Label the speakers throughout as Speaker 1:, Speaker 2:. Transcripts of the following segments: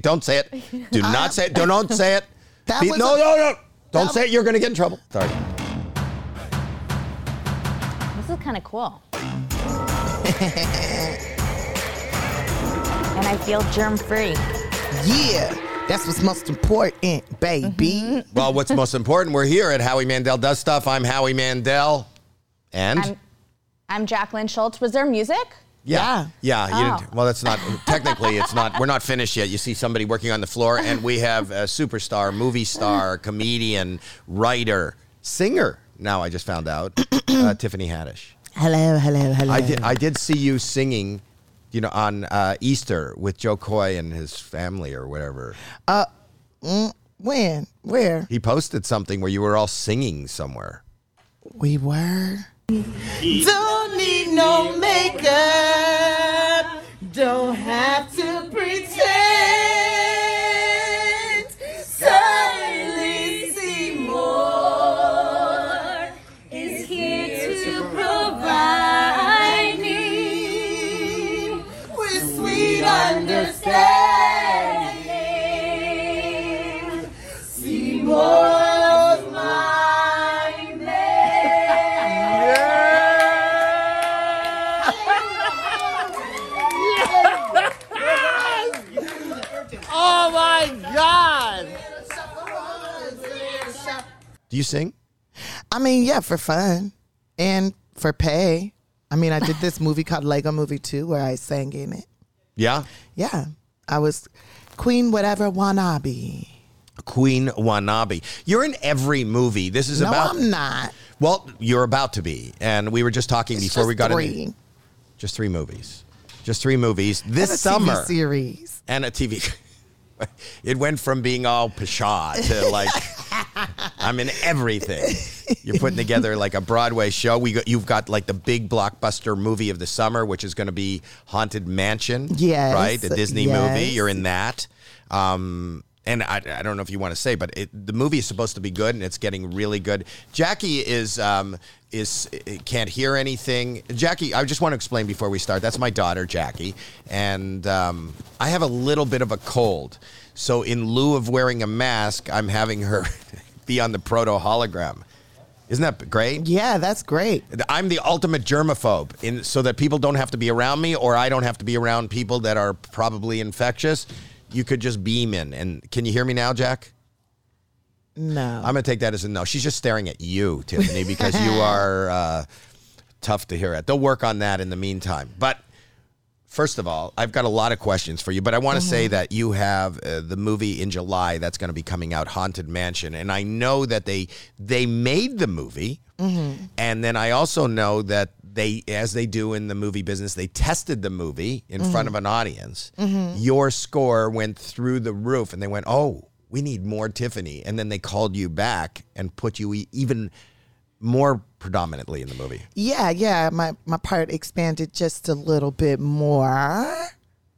Speaker 1: Don't say it. Do not say it. Don't, don't say it.
Speaker 2: That
Speaker 1: Be-
Speaker 2: was
Speaker 1: no,
Speaker 2: a-
Speaker 1: no, no. Don't
Speaker 2: that-
Speaker 1: say it. You're going to get in trouble. Sorry.
Speaker 3: This is kind of cool. and I feel germ free.
Speaker 2: Yeah, that's what's most important, baby.
Speaker 1: Well, what's most important, we're here at Howie Mandel Does Stuff. I'm Howie Mandel. And?
Speaker 3: I'm, I'm Jacqueline Schultz. Was there music?
Speaker 1: yeah. Yeah. you
Speaker 3: Oh.
Speaker 1: didn't- well, that's not, technically, it's not, we're not finished yet. You see somebody working on the floor, and we have a superstar, movie star, comedian, writer, singer. Now I just found out, uh, Tiffany Haddish.
Speaker 2: Hello, hello, hello.
Speaker 1: I did. I did see you singing, you know, on uh, Easter with Joe Coy and his family or whatever.
Speaker 2: when? Where?
Speaker 1: He posted something where you were all singing somewhere.
Speaker 2: We were. Don't need no makeup. Don't have to pretend. Suddenly Seymour is here to provide me with sweet understanding. Seymour's my man.
Speaker 4: Oh my God!
Speaker 1: Do you sing?
Speaker 2: I mean, yeah, for fun and for pay. I mean, I did this movie called Lego Movie 2 where I sang in it.
Speaker 1: Yeah.
Speaker 2: Yeah, I was Queen Whatever Wannabe.
Speaker 1: Queen Wanabe. You're in every movie. This is
Speaker 2: No,
Speaker 1: about.
Speaker 2: I'm not.
Speaker 1: Well, you're about to be, and we were just talking
Speaker 2: It's
Speaker 1: before
Speaker 2: just
Speaker 1: we got
Speaker 2: three.
Speaker 1: in. Just three movies. Just three movies this
Speaker 2: And a TV
Speaker 1: summer
Speaker 2: series.
Speaker 1: and a TV. It went from being all pshaw to like I'm in everything. You're putting together like a Broadway show. We got, you've got like the big blockbuster movie of the summer, which is going to be Haunted Mansion.
Speaker 2: Yes,
Speaker 1: right, the Disney movie.
Speaker 2: yes.
Speaker 1: You're in that. Um, and I, I don't know if you want to say, but it, the movie is supposed to be good, and it's getting really good. Jackie is um, is can't hear anything. Jackie, I just want to explain before we start. That's my daughter, Jackie, and um, I have a little bit of a cold. So in lieu of wearing a mask, I'm having her be on the proto hologram. Isn't that great?
Speaker 2: Yeah, that's great.
Speaker 1: I'm the ultimate germaphobe, in, so that people don't have to be around me, or I don't have to be around people that are probably infectious. You could just beam in, and can you hear me now, Jack?
Speaker 2: No.
Speaker 1: I'm gonna take that as a no. She's just staring at you, Tiffany, because you are uh, tough to hear at. They'll work on that in the meantime. But first of all, I've got a lot of questions for you, but I want to say that you have uh, the movie in July that's going to be coming out, Haunted Mansion, and I know that they they made the movie, and then I also know that they, as they do in the movie business, they tested the movie in
Speaker 2: Mm-hmm.
Speaker 1: front of an audience. Your score went through the roof, and they went, "Oh, we need more Tiffany," and then they called you back and put you e- even more predominantly in the movie.
Speaker 2: yeah, yeah, my, my part expanded just a little bit more.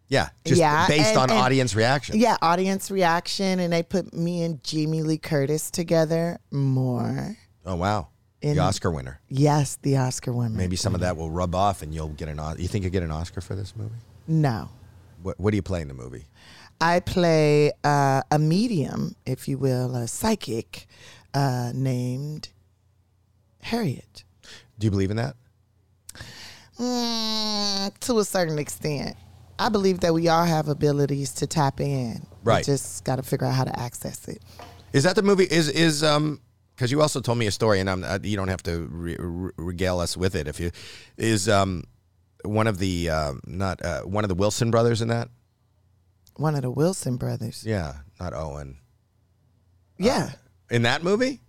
Speaker 1: Yeah, just
Speaker 2: Yeah,
Speaker 1: based
Speaker 2: and-
Speaker 1: on
Speaker 2: and-
Speaker 1: audience reaction.
Speaker 2: Yeah, audience reaction, and they put me and Jamie Lee Curtis together more.
Speaker 1: Oh wow,
Speaker 2: In-
Speaker 1: the Oscar winner.
Speaker 2: Yes, the Oscar woman.
Speaker 1: Maybe some of that will rub off, and you'll get an. Os- You think you'll get an Oscar for this movie?
Speaker 2: No.
Speaker 1: What What do you play in the movie?
Speaker 2: I play uh, a medium, if you will, a psychic uh, named Harriet.
Speaker 1: Do you believe in that?
Speaker 2: Mm, to a certain extent. I believe that we all have abilities to tap in.
Speaker 1: Right.
Speaker 2: We just got to figure out how to access it.
Speaker 1: Is that the movie? Is is um? Because you also told me a story, and I'm uh, you don't have to re- re- regale us with it if you is um one of the um not uh, one of the Wilson brothers in that.
Speaker 2: One of the Wilson brothers.
Speaker 1: Yeah, not Owen
Speaker 2: Yeah.
Speaker 1: in that movie.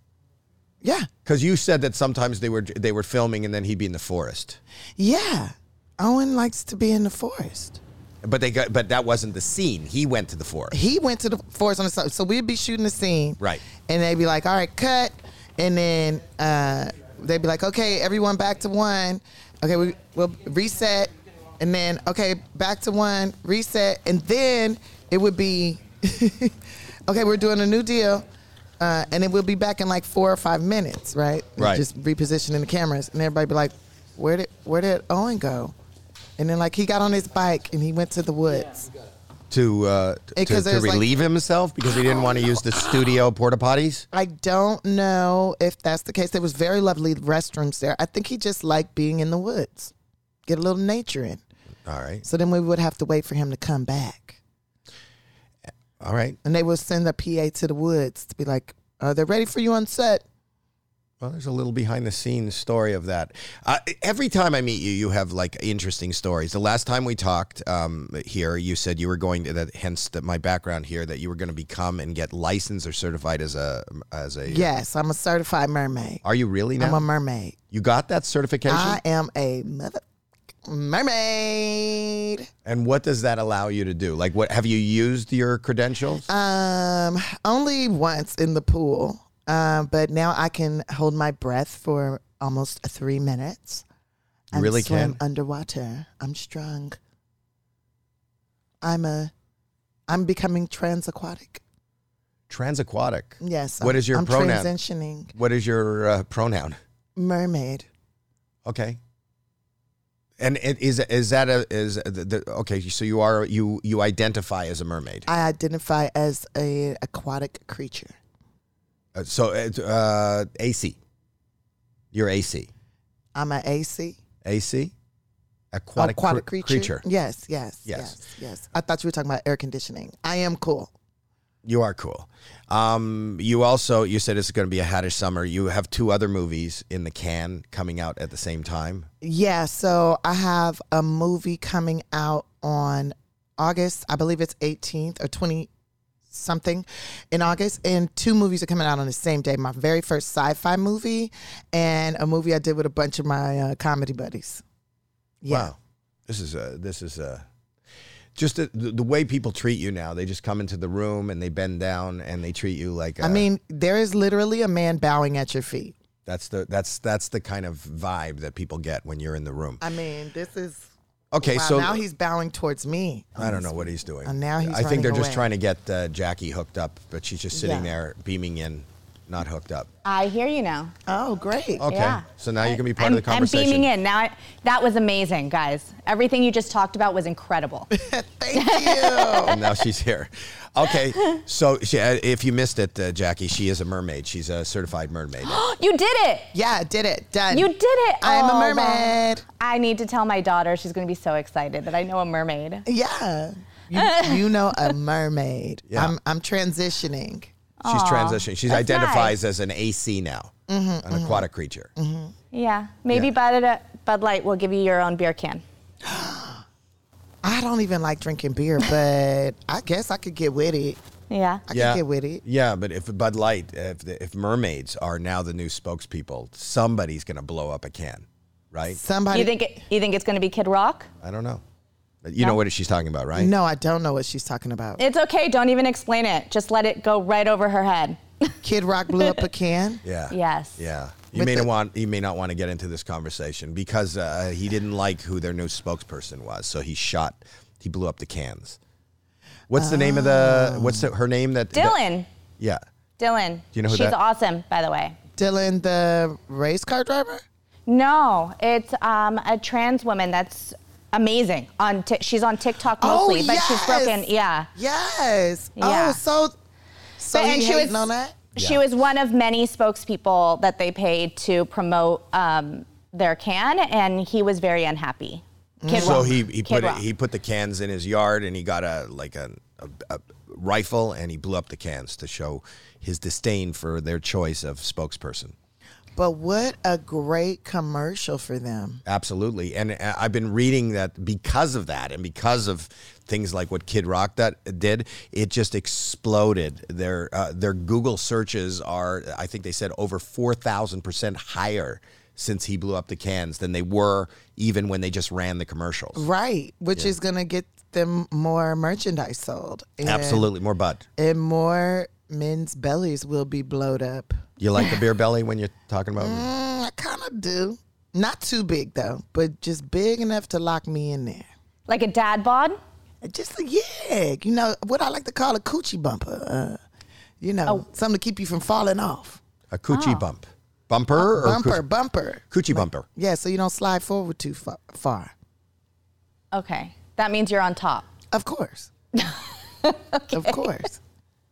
Speaker 2: Yeah.
Speaker 1: Because you said that sometimes they were they were filming, and then he'd be in the forest.
Speaker 2: Yeah. Owen likes to be in the forest.
Speaker 1: But they got but that wasn't the scene. He went to the forest.
Speaker 2: He went to the forest on the side. So we'd be shooting the scene.
Speaker 1: Right.
Speaker 2: And they'd be like, all right, cut. And then uh, they'd be like, okay, everyone back to one. Okay, we, we'll reset. And then, okay, back to one, reset. And then it would be, okay, we're doing a new deal. Uh, and then we'll be back in like four or five minutes, right?
Speaker 1: Right.
Speaker 2: Just repositioning the cameras. And everybody be like, where did, where did Owen go? And then, like, he got on his bike and he went to the woods.
Speaker 1: to uh, to,
Speaker 2: Because
Speaker 1: to
Speaker 2: there's, like- Oh,
Speaker 1: relieve himself because he didn't want to use the studio porta potties?
Speaker 2: I don't know if that's the case. There was very lovely restrooms there. I think he just liked being in the woods, get a little nature in.
Speaker 1: All right,
Speaker 2: So then we would have to wait for him to come back,
Speaker 1: all right.
Speaker 2: and they would send a PA to the woods to be like, "Are they ready for you on set?"
Speaker 1: Well, there's a little behind the scenes story of that. Uh, every time I meet you, you have like interesting stories. The last time we talked um, here, you said you were going to that. Hence, that my background here that you were going to become and get licensed or certified as a as a.
Speaker 2: Yes, I'm a certified mermaid.
Speaker 1: Are you really now?
Speaker 2: I'm a mermaid.
Speaker 1: you got that certification,
Speaker 2: I am a mother mermaid.
Speaker 1: and what does that allow you to do? Like, what have you used your credentials?
Speaker 2: Um, only once in the pool. Um, but now I can hold my breath for almost three minutes.
Speaker 1: You
Speaker 2: and
Speaker 1: really
Speaker 2: swim
Speaker 1: can?
Speaker 2: underwater. I'm strong. I'm a. I'm becoming transaquatic.
Speaker 1: Transaquatic.
Speaker 2: Yes.
Speaker 1: What
Speaker 2: I'm-
Speaker 1: is your
Speaker 2: I'm
Speaker 1: pronoun?
Speaker 2: transitioning.
Speaker 1: What is your uh, pronoun?
Speaker 2: Mermaid.
Speaker 1: Okay. And it is is that a is the, the, okay? So you are you you identify as a mermaid.
Speaker 2: I identify as a aquatic creature.
Speaker 1: Uh, so it's, uh, AC, you're AC,
Speaker 2: I'm an AC.
Speaker 1: AC, aquatic,
Speaker 2: aquatic
Speaker 1: cre-
Speaker 2: creature. Yes, yes,
Speaker 1: Yes.
Speaker 2: yes, yes, I thought you were talking about air conditioning. I am cool.
Speaker 1: You are cool. Um, you also you said it's going to be a hattish summer. You have two other movies in the can coming out at the same time.
Speaker 2: Yeah, so I have a movie coming out on August, I believe it's 18th or 20 something in August, and two movies are coming out on the same day. My very first sci fi movie and a movie I did with a bunch of my uh, comedy buddies. Yeah.
Speaker 1: Wow. This is a this is a just the, the the way people treat you now. They just come into the room and they bend down and they treat you like.
Speaker 2: I
Speaker 1: a-
Speaker 2: mean, there is literally a man bowing at your feet.
Speaker 1: That's the that's that's the kind of vibe that people get when you're in the room.
Speaker 2: I mean, this is.
Speaker 1: Okay,
Speaker 2: Uh, wow,
Speaker 1: so
Speaker 2: now he's bowing towards me.
Speaker 1: I don't know what he's doing.
Speaker 2: And now he's
Speaker 1: I think they're
Speaker 2: running
Speaker 1: just
Speaker 2: away.
Speaker 1: trying to get uh, Jackie hooked up, but she's just sitting
Speaker 2: Yeah.
Speaker 1: there beaming in, not hooked up.
Speaker 3: I hear you now.
Speaker 2: Oh, great.
Speaker 1: Okay,
Speaker 3: Yeah.
Speaker 1: so now you can be part
Speaker 3: I'm,
Speaker 1: of the conversation.
Speaker 3: I'm beaming in now. I, that was amazing, guys. Everything you just talked about was incredible.
Speaker 2: Thank you.
Speaker 1: And Oh, now she's here. Okay, so she, uh, if you missed it, uh, Jackie, she is a mermaid. She's a certified mermaid.
Speaker 3: you did it.
Speaker 2: Yeah, did it. Done.
Speaker 3: You did it.
Speaker 2: I'm
Speaker 3: Oh,
Speaker 2: a
Speaker 3: wow.
Speaker 2: mermaid.
Speaker 3: I need to tell my daughter. She's going to be so excited that I know a mermaid.
Speaker 2: Yeah. You, you know a mermaid.
Speaker 1: Yeah.
Speaker 2: I'm I'm transitioning.
Speaker 1: She's transitioning. She
Speaker 3: that's
Speaker 1: identifies
Speaker 3: nice.
Speaker 1: as an AC now,
Speaker 2: Mm-hmm,
Speaker 1: an aquatic creature.
Speaker 3: Yeah. Maybe
Speaker 1: Yeah.
Speaker 3: Bud, uh, Bud Light will give you your own beer can.
Speaker 2: I don't even like drinking beer, but I guess I could get with it.
Speaker 3: Yeah.
Speaker 2: I could get with it. e-,
Speaker 1: Yeah, but if Bud Light, if, the, if mermaids are now the new spokespeople, somebody's going to blow up a can, right?
Speaker 2: Somebody
Speaker 3: You think it, you think it's going to be Kid Rock?
Speaker 1: I don't know. But You know what she's talking about, right?
Speaker 2: No, I don't know what she's talking about.
Speaker 3: It's okay. Don't even explain it. Just let it go right over her head.
Speaker 2: Kid Rock blew up a can.
Speaker 1: Yeah.
Speaker 3: Yes.
Speaker 1: Yeah. You
Speaker 2: With
Speaker 1: may
Speaker 2: the-
Speaker 1: not want you may not want to get into this conversation because uh, he didn't like who their new spokesperson was, so he shot he blew up the cans. What's the name of the what's the, her name that that-
Speaker 3: Dylan.
Speaker 1: yeah.
Speaker 3: Dylan.
Speaker 1: you know who
Speaker 3: She's
Speaker 1: that-
Speaker 3: awesome, by the way.
Speaker 2: Dylan the race car driver?
Speaker 3: No, it's um, a trans woman that's amazing. On Ti- she's on TikTok
Speaker 2: Oh,
Speaker 3: mostly, but she's
Speaker 2: yes!
Speaker 3: broken. Yeah.
Speaker 2: Yes.
Speaker 3: Yeah.
Speaker 2: Oh, so so
Speaker 3: But-
Speaker 2: he
Speaker 3: and she
Speaker 2: hating
Speaker 3: was-
Speaker 2: on that?
Speaker 3: She
Speaker 1: Yeah.
Speaker 3: was one of many spokespeople that they paid to promote um, their can, and he was very unhappy.
Speaker 1: Mm.
Speaker 3: Kid
Speaker 1: So
Speaker 3: Rock.
Speaker 1: he, he
Speaker 3: Kid
Speaker 1: put it,
Speaker 3: Rock.
Speaker 1: he put the cans in his yard and he got a like a, a, a rifle and he blew up the cans to show his disdain for their choice of spokesperson.
Speaker 2: But what a great commercial for them.
Speaker 1: Absolutely. And uh, I've been reading that because of that and because of things like what Kid Rock that did, it just exploded. Their uh, their Google searches are I think they said over 4000% higher since he blew up the cans than they were even when they just ran the commercials.
Speaker 2: Right, which is going to get them more merchandise sold. And,
Speaker 1: Absolutely. More bud.
Speaker 2: And more men's bellies will be blowed up.
Speaker 1: You like the beer belly when you're talking about
Speaker 2: Mm, I kind of do. Not too big, though, but just big enough to lock me in there.
Speaker 3: like a dad bod,
Speaker 2: Just a yeah, you know, what I like to call a coochie bumper. Uh, you know,
Speaker 3: Oh.
Speaker 2: something to keep you from falling off.
Speaker 1: a coochie bump. Bumper or
Speaker 2: Bumper,
Speaker 1: coochie,
Speaker 2: bumper.
Speaker 1: coochie bumper?
Speaker 2: Yeah, so you don't slide forward too fa- far.
Speaker 3: okay, that means you're on top.
Speaker 2: Of course. Of course.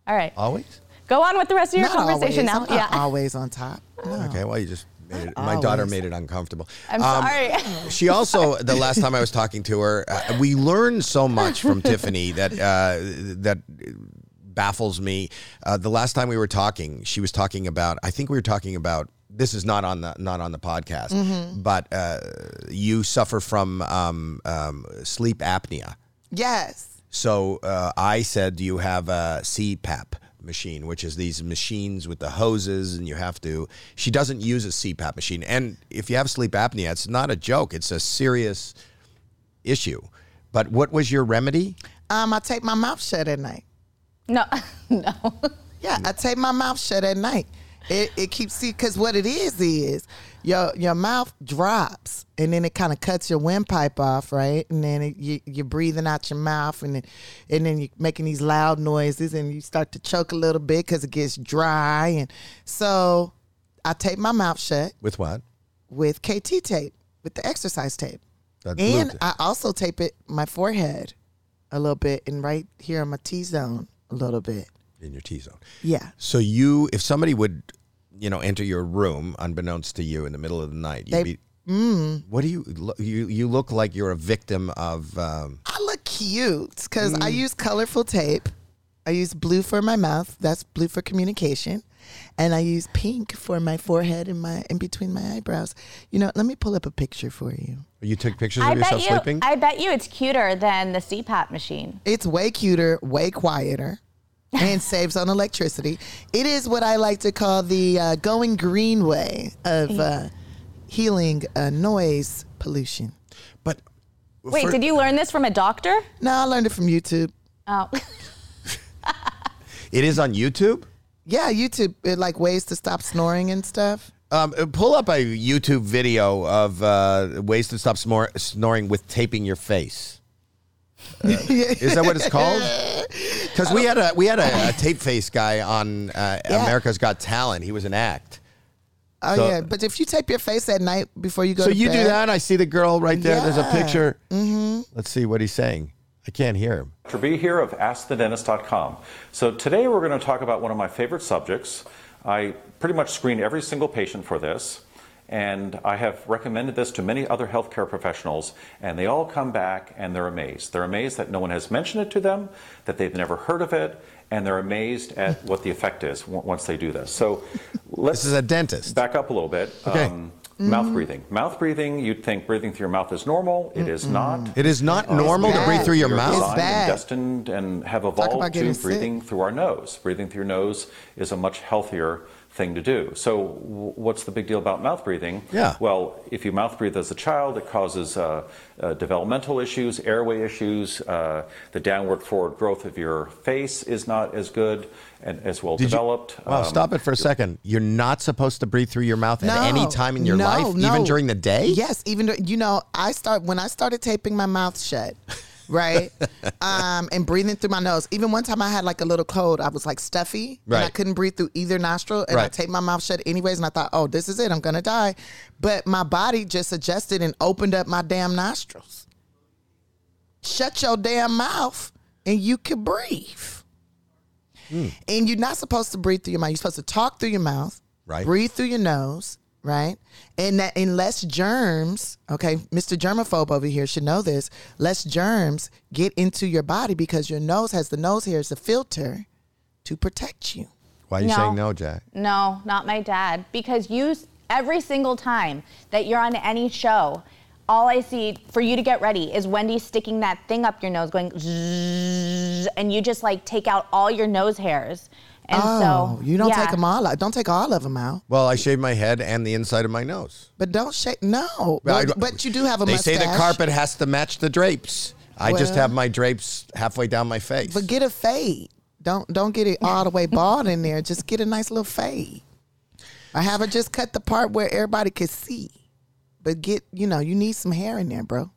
Speaker 3: All right.
Speaker 1: Always?
Speaker 3: Go on with the rest of your
Speaker 2: Not
Speaker 3: conversation
Speaker 2: always.
Speaker 3: now.
Speaker 2: I'm not
Speaker 3: yeah.
Speaker 2: always on top. No.
Speaker 1: Okay, well, you just made it, my daughter
Speaker 2: always.
Speaker 1: made it uncomfortable. Um,
Speaker 3: I'm sorry.
Speaker 1: She also, the last time I was talking to her, uh, we learned so much from Tiffany that uh, that baffles me. Uh, the last time we were talking, she was talking about. I think we were talking about. This is not on the not on the podcast, but uh, you suffer from um, um, sleep apnea.
Speaker 2: Yes.
Speaker 1: So uh, I said, "Do you have a CPAP machine, which is these machines with the hoses, and you have to?" She doesn't use a CPAP machine, and if you have sleep apnea, it's not a joke; it's a serious issue. But what was your remedy?
Speaker 2: Um, I tape my mouth shut at night.
Speaker 1: Uh-uh.
Speaker 3: No. no.
Speaker 2: Yeah, I tape my mouth shut at night. It, it keeps see because what it is is your your mouth drops and then it kind of cuts your windpipe off, right? And then it, you you're breathing out your mouth and then, and then you're making these loud noises and you start to choke a little bit because it gets dry and so I tape my mouth shut
Speaker 1: With what?
Speaker 2: with KT tape with the exercise tape,
Speaker 1: That glue
Speaker 2: and
Speaker 1: t-
Speaker 2: I also tape it my forehead a little bit and right here on my T zone a little bit.
Speaker 1: in your T zone.
Speaker 2: Yeah.
Speaker 1: So you, if somebody would, you know, enter your room unbeknownst to you in the middle of the night, you'd
Speaker 2: They-
Speaker 1: be. What do you lo- you you look like? You're a victim of. Um,
Speaker 2: I look cute because I use colorful tape. I use blue for my mouth. That's blue for communication, and I use pink for my forehead and my in between my eyebrows. You know, let me pull up a picture for you.
Speaker 1: you took pictures
Speaker 3: I
Speaker 1: of yourself
Speaker 3: bet you.
Speaker 1: sleeping.
Speaker 3: I bet you it's cuter than the CPAP machine.
Speaker 2: It's way cuter, way quieter, and saves on electricity. It is what I like to call the uh, going green way of uh, healing uh, noise pollution.
Speaker 1: But
Speaker 3: Wait,
Speaker 1: for-
Speaker 3: did you learn this from a doctor?
Speaker 2: No, I learned it from YouTube.
Speaker 3: Oh.
Speaker 1: It is on YouTube.
Speaker 2: Yeah, YouTube, it, like ways to stop snoring and stuff.
Speaker 1: Um, pull up a YouTube video of uh, ways to stop snor- snoring with taping your face. Uh, Is that what it's called? Because we had a we had a, a tape face guy on uh,
Speaker 2: Yeah.
Speaker 1: America's Got Talent. He was an act.
Speaker 2: Oh
Speaker 1: So-
Speaker 2: yeah, but if you tape your face at night before you go,
Speaker 1: So
Speaker 2: to
Speaker 1: you do
Speaker 2: bed-
Speaker 1: that. I see the girl right there. There's a
Speaker 2: Yeah.
Speaker 1: picture. Mm-hmm. Let's see what he's saying. I can't hear him.
Speaker 5: Dr. B here of AskTheDentist.com. So today we're going to talk about one of my favorite subjects. I pretty much screen every single patient for this, and I have recommended this to many other healthcare professionals, and they all come back and they're amazed. They're amazed that no one has mentioned it to them, that they've never heard of it, and they're amazed at what the effect is w- once they do this. So let's
Speaker 1: This is a dentist.
Speaker 5: back up a little bit. Um,
Speaker 1: Okay. Mm-hmm.
Speaker 5: Mouth breathing. Mouth breathing, you'd think breathing through your mouth is normal. It is not.
Speaker 1: It is not normal to
Speaker 2: bad.
Speaker 1: breathe through your
Speaker 5: You're
Speaker 1: mouth.
Speaker 2: It's
Speaker 5: designed
Speaker 2: bad.
Speaker 5: And destined and have
Speaker 2: about
Speaker 5: evolved
Speaker 2: getting
Speaker 5: to
Speaker 2: sick.
Speaker 5: breathing through our nose. Breathing through your nose is a much healthier thing to do. So, w- what's the big deal about mouth breathing?
Speaker 1: Yeah.
Speaker 5: Well, if you mouth breathe as a child, it causes uh, uh, developmental issues, airway issues. Uh, the downward forward growth of your face is not as good and as well
Speaker 1: Did you-
Speaker 5: developed.
Speaker 1: Wow,
Speaker 5: Um,
Speaker 1: stop it for a second. You're not supposed to breathe through your mouth
Speaker 2: No,
Speaker 1: at any time in your
Speaker 2: no,
Speaker 1: life,
Speaker 2: no.
Speaker 1: even during the day.
Speaker 2: Yes, even dur- you know, I start when I started taping my mouth shut, right, um, and breathing through my nose. Even one time I had like a little cold. I was like stuffy, and I
Speaker 1: Right.
Speaker 2: couldn't breathe through either nostril, and I
Speaker 1: Right.
Speaker 2: taped my mouth shut anyways. And I thought, oh, this is it, I'm gonna die. But my body just adjusted and opened up my damn nostrils. Shut your damn mouth, and you can breathe. And you're not supposed to breathe through your mouth. You're supposed to talk through your mouth,
Speaker 1: Right.
Speaker 2: Breathe through your nose, right? And that, and less germs, okay, Mr. Germaphobe over here should know this. Less germs get into your body because your nose has the nose hair as a filter to protect you.
Speaker 1: Why are you
Speaker 3: No.
Speaker 1: saying no, Jack?
Speaker 3: No, not my dad. Because you, s- every single time that you're on any show, all I see for you to get ready is Wendy sticking that thing up your nose, going zzzz, and you just like take out all your nose hairs. And
Speaker 2: oh,
Speaker 3: so
Speaker 2: you don't 'em
Speaker 3: yeah.
Speaker 2: take them all out. Don't take all of them out,
Speaker 1: Well, I shave my head and the inside of my nose.
Speaker 2: but don't shake. No,
Speaker 1: Well, I-
Speaker 2: but, but you do have a
Speaker 1: They say
Speaker 2: mustache.
Speaker 1: the carpet has to match the drapes. I just
Speaker 2: Well-
Speaker 1: have my drapes halfway down my face.
Speaker 2: But get a fade. Don't don't get it all the way bald in there. Just get a nice little fade. I have her just cut the part where everybody could see. But get you know you need some hair in there, bro.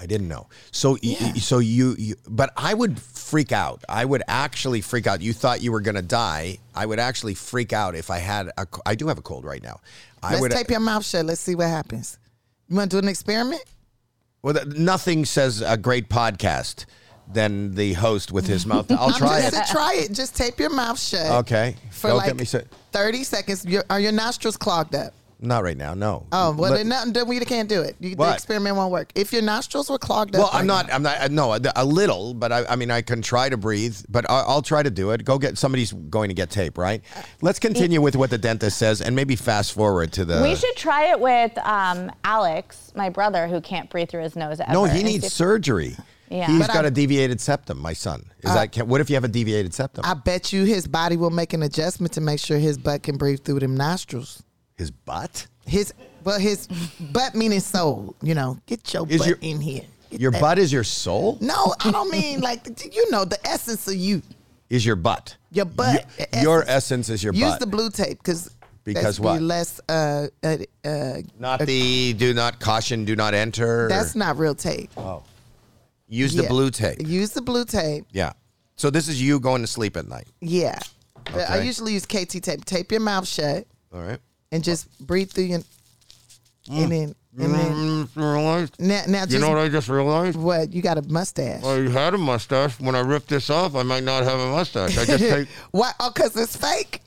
Speaker 1: I didn't know. So, y-
Speaker 2: Yeah.
Speaker 1: y- so you, you, but I would freak out. I would actually freak out. You thought you were going to die. I would actually freak out if I had a. co- I do have a cold right now. I
Speaker 2: Let's
Speaker 6: uh,
Speaker 1: would.
Speaker 2: tape your mouth shut. Let's see what happens. You want to do an experiment?
Speaker 1: well, th- nothing says a great podcast
Speaker 6: than the host with his mouth. I'll try
Speaker 2: just said
Speaker 6: it.
Speaker 2: try it. Just tape your mouth shut.
Speaker 6: Okay.
Speaker 2: For
Speaker 6: Don't
Speaker 2: like
Speaker 6: get me sick.
Speaker 2: thirty seconds. Your, are your nostrils clogged up?
Speaker 6: Not right now. No.
Speaker 2: Oh well,
Speaker 6: Let-
Speaker 2: then, nothing, then we can't do it. You, the
Speaker 6: What?
Speaker 2: experiment won't work. If your nostrils were clogged
Speaker 6: Well,
Speaker 2: up,
Speaker 6: I'm
Speaker 2: right
Speaker 6: not.
Speaker 2: now-
Speaker 6: I'm not. uh, No, a- a little, but I, I mean, I can try to breathe, but I, I'll try to do it. Go get somebody's going to get tape, right?
Speaker 3: Uh,
Speaker 6: Let's continue with what the dentist says, and maybe fast forward to the.
Speaker 3: we should try it with um, Alex, my brother, who can't breathe through his nose. Ever
Speaker 6: No, he
Speaker 3: and see
Speaker 6: needs
Speaker 3: if-
Speaker 6: surgery.
Speaker 3: Yeah.
Speaker 6: He's
Speaker 3: But Uh,
Speaker 6: got
Speaker 2: I-
Speaker 6: a deviated septum. My son is that. Can, what if you have a deviated septum?
Speaker 2: I bet you his body will make an adjustment to make sure his butt can breathe through them nostrils.
Speaker 6: His butt.
Speaker 2: His well, his butt meaning soul. You know, get your
Speaker 6: Is
Speaker 2: butt
Speaker 6: your-
Speaker 2: in here. Get
Speaker 6: Your
Speaker 3: Uh,
Speaker 2: that-
Speaker 6: butt is your soul.
Speaker 2: No, I don't mean like the- you know the essence of you.
Speaker 6: Is your butt.
Speaker 2: Your butt.
Speaker 6: Y-
Speaker 2: Essence.
Speaker 6: Your essence is your
Speaker 2: Use
Speaker 6: butt.
Speaker 2: the blue tape because
Speaker 6: Because
Speaker 2: that's be
Speaker 6: what?
Speaker 2: less uh, uh, uh
Speaker 6: not the do not caution, do not enter.
Speaker 2: that's not real tape.
Speaker 6: Use the
Speaker 2: Yeah.
Speaker 6: blue tape.
Speaker 2: Use the blue tape.
Speaker 6: Yeah. So this is you going to sleep at night.
Speaker 2: Yeah. But I
Speaker 6: Okay.
Speaker 2: usually use KT tape. Tape your mouth shut
Speaker 6: All right.
Speaker 2: and just breathe through your
Speaker 6: Mm.
Speaker 2: and then and then now, now just Mm.
Speaker 7: You know what I just realized?
Speaker 2: what you got a mustache.
Speaker 6: Oh,
Speaker 7: I had a mustache. When I ripped this off, I might not have a mustache. I just take
Speaker 2: Why? Oh, cause it's fake.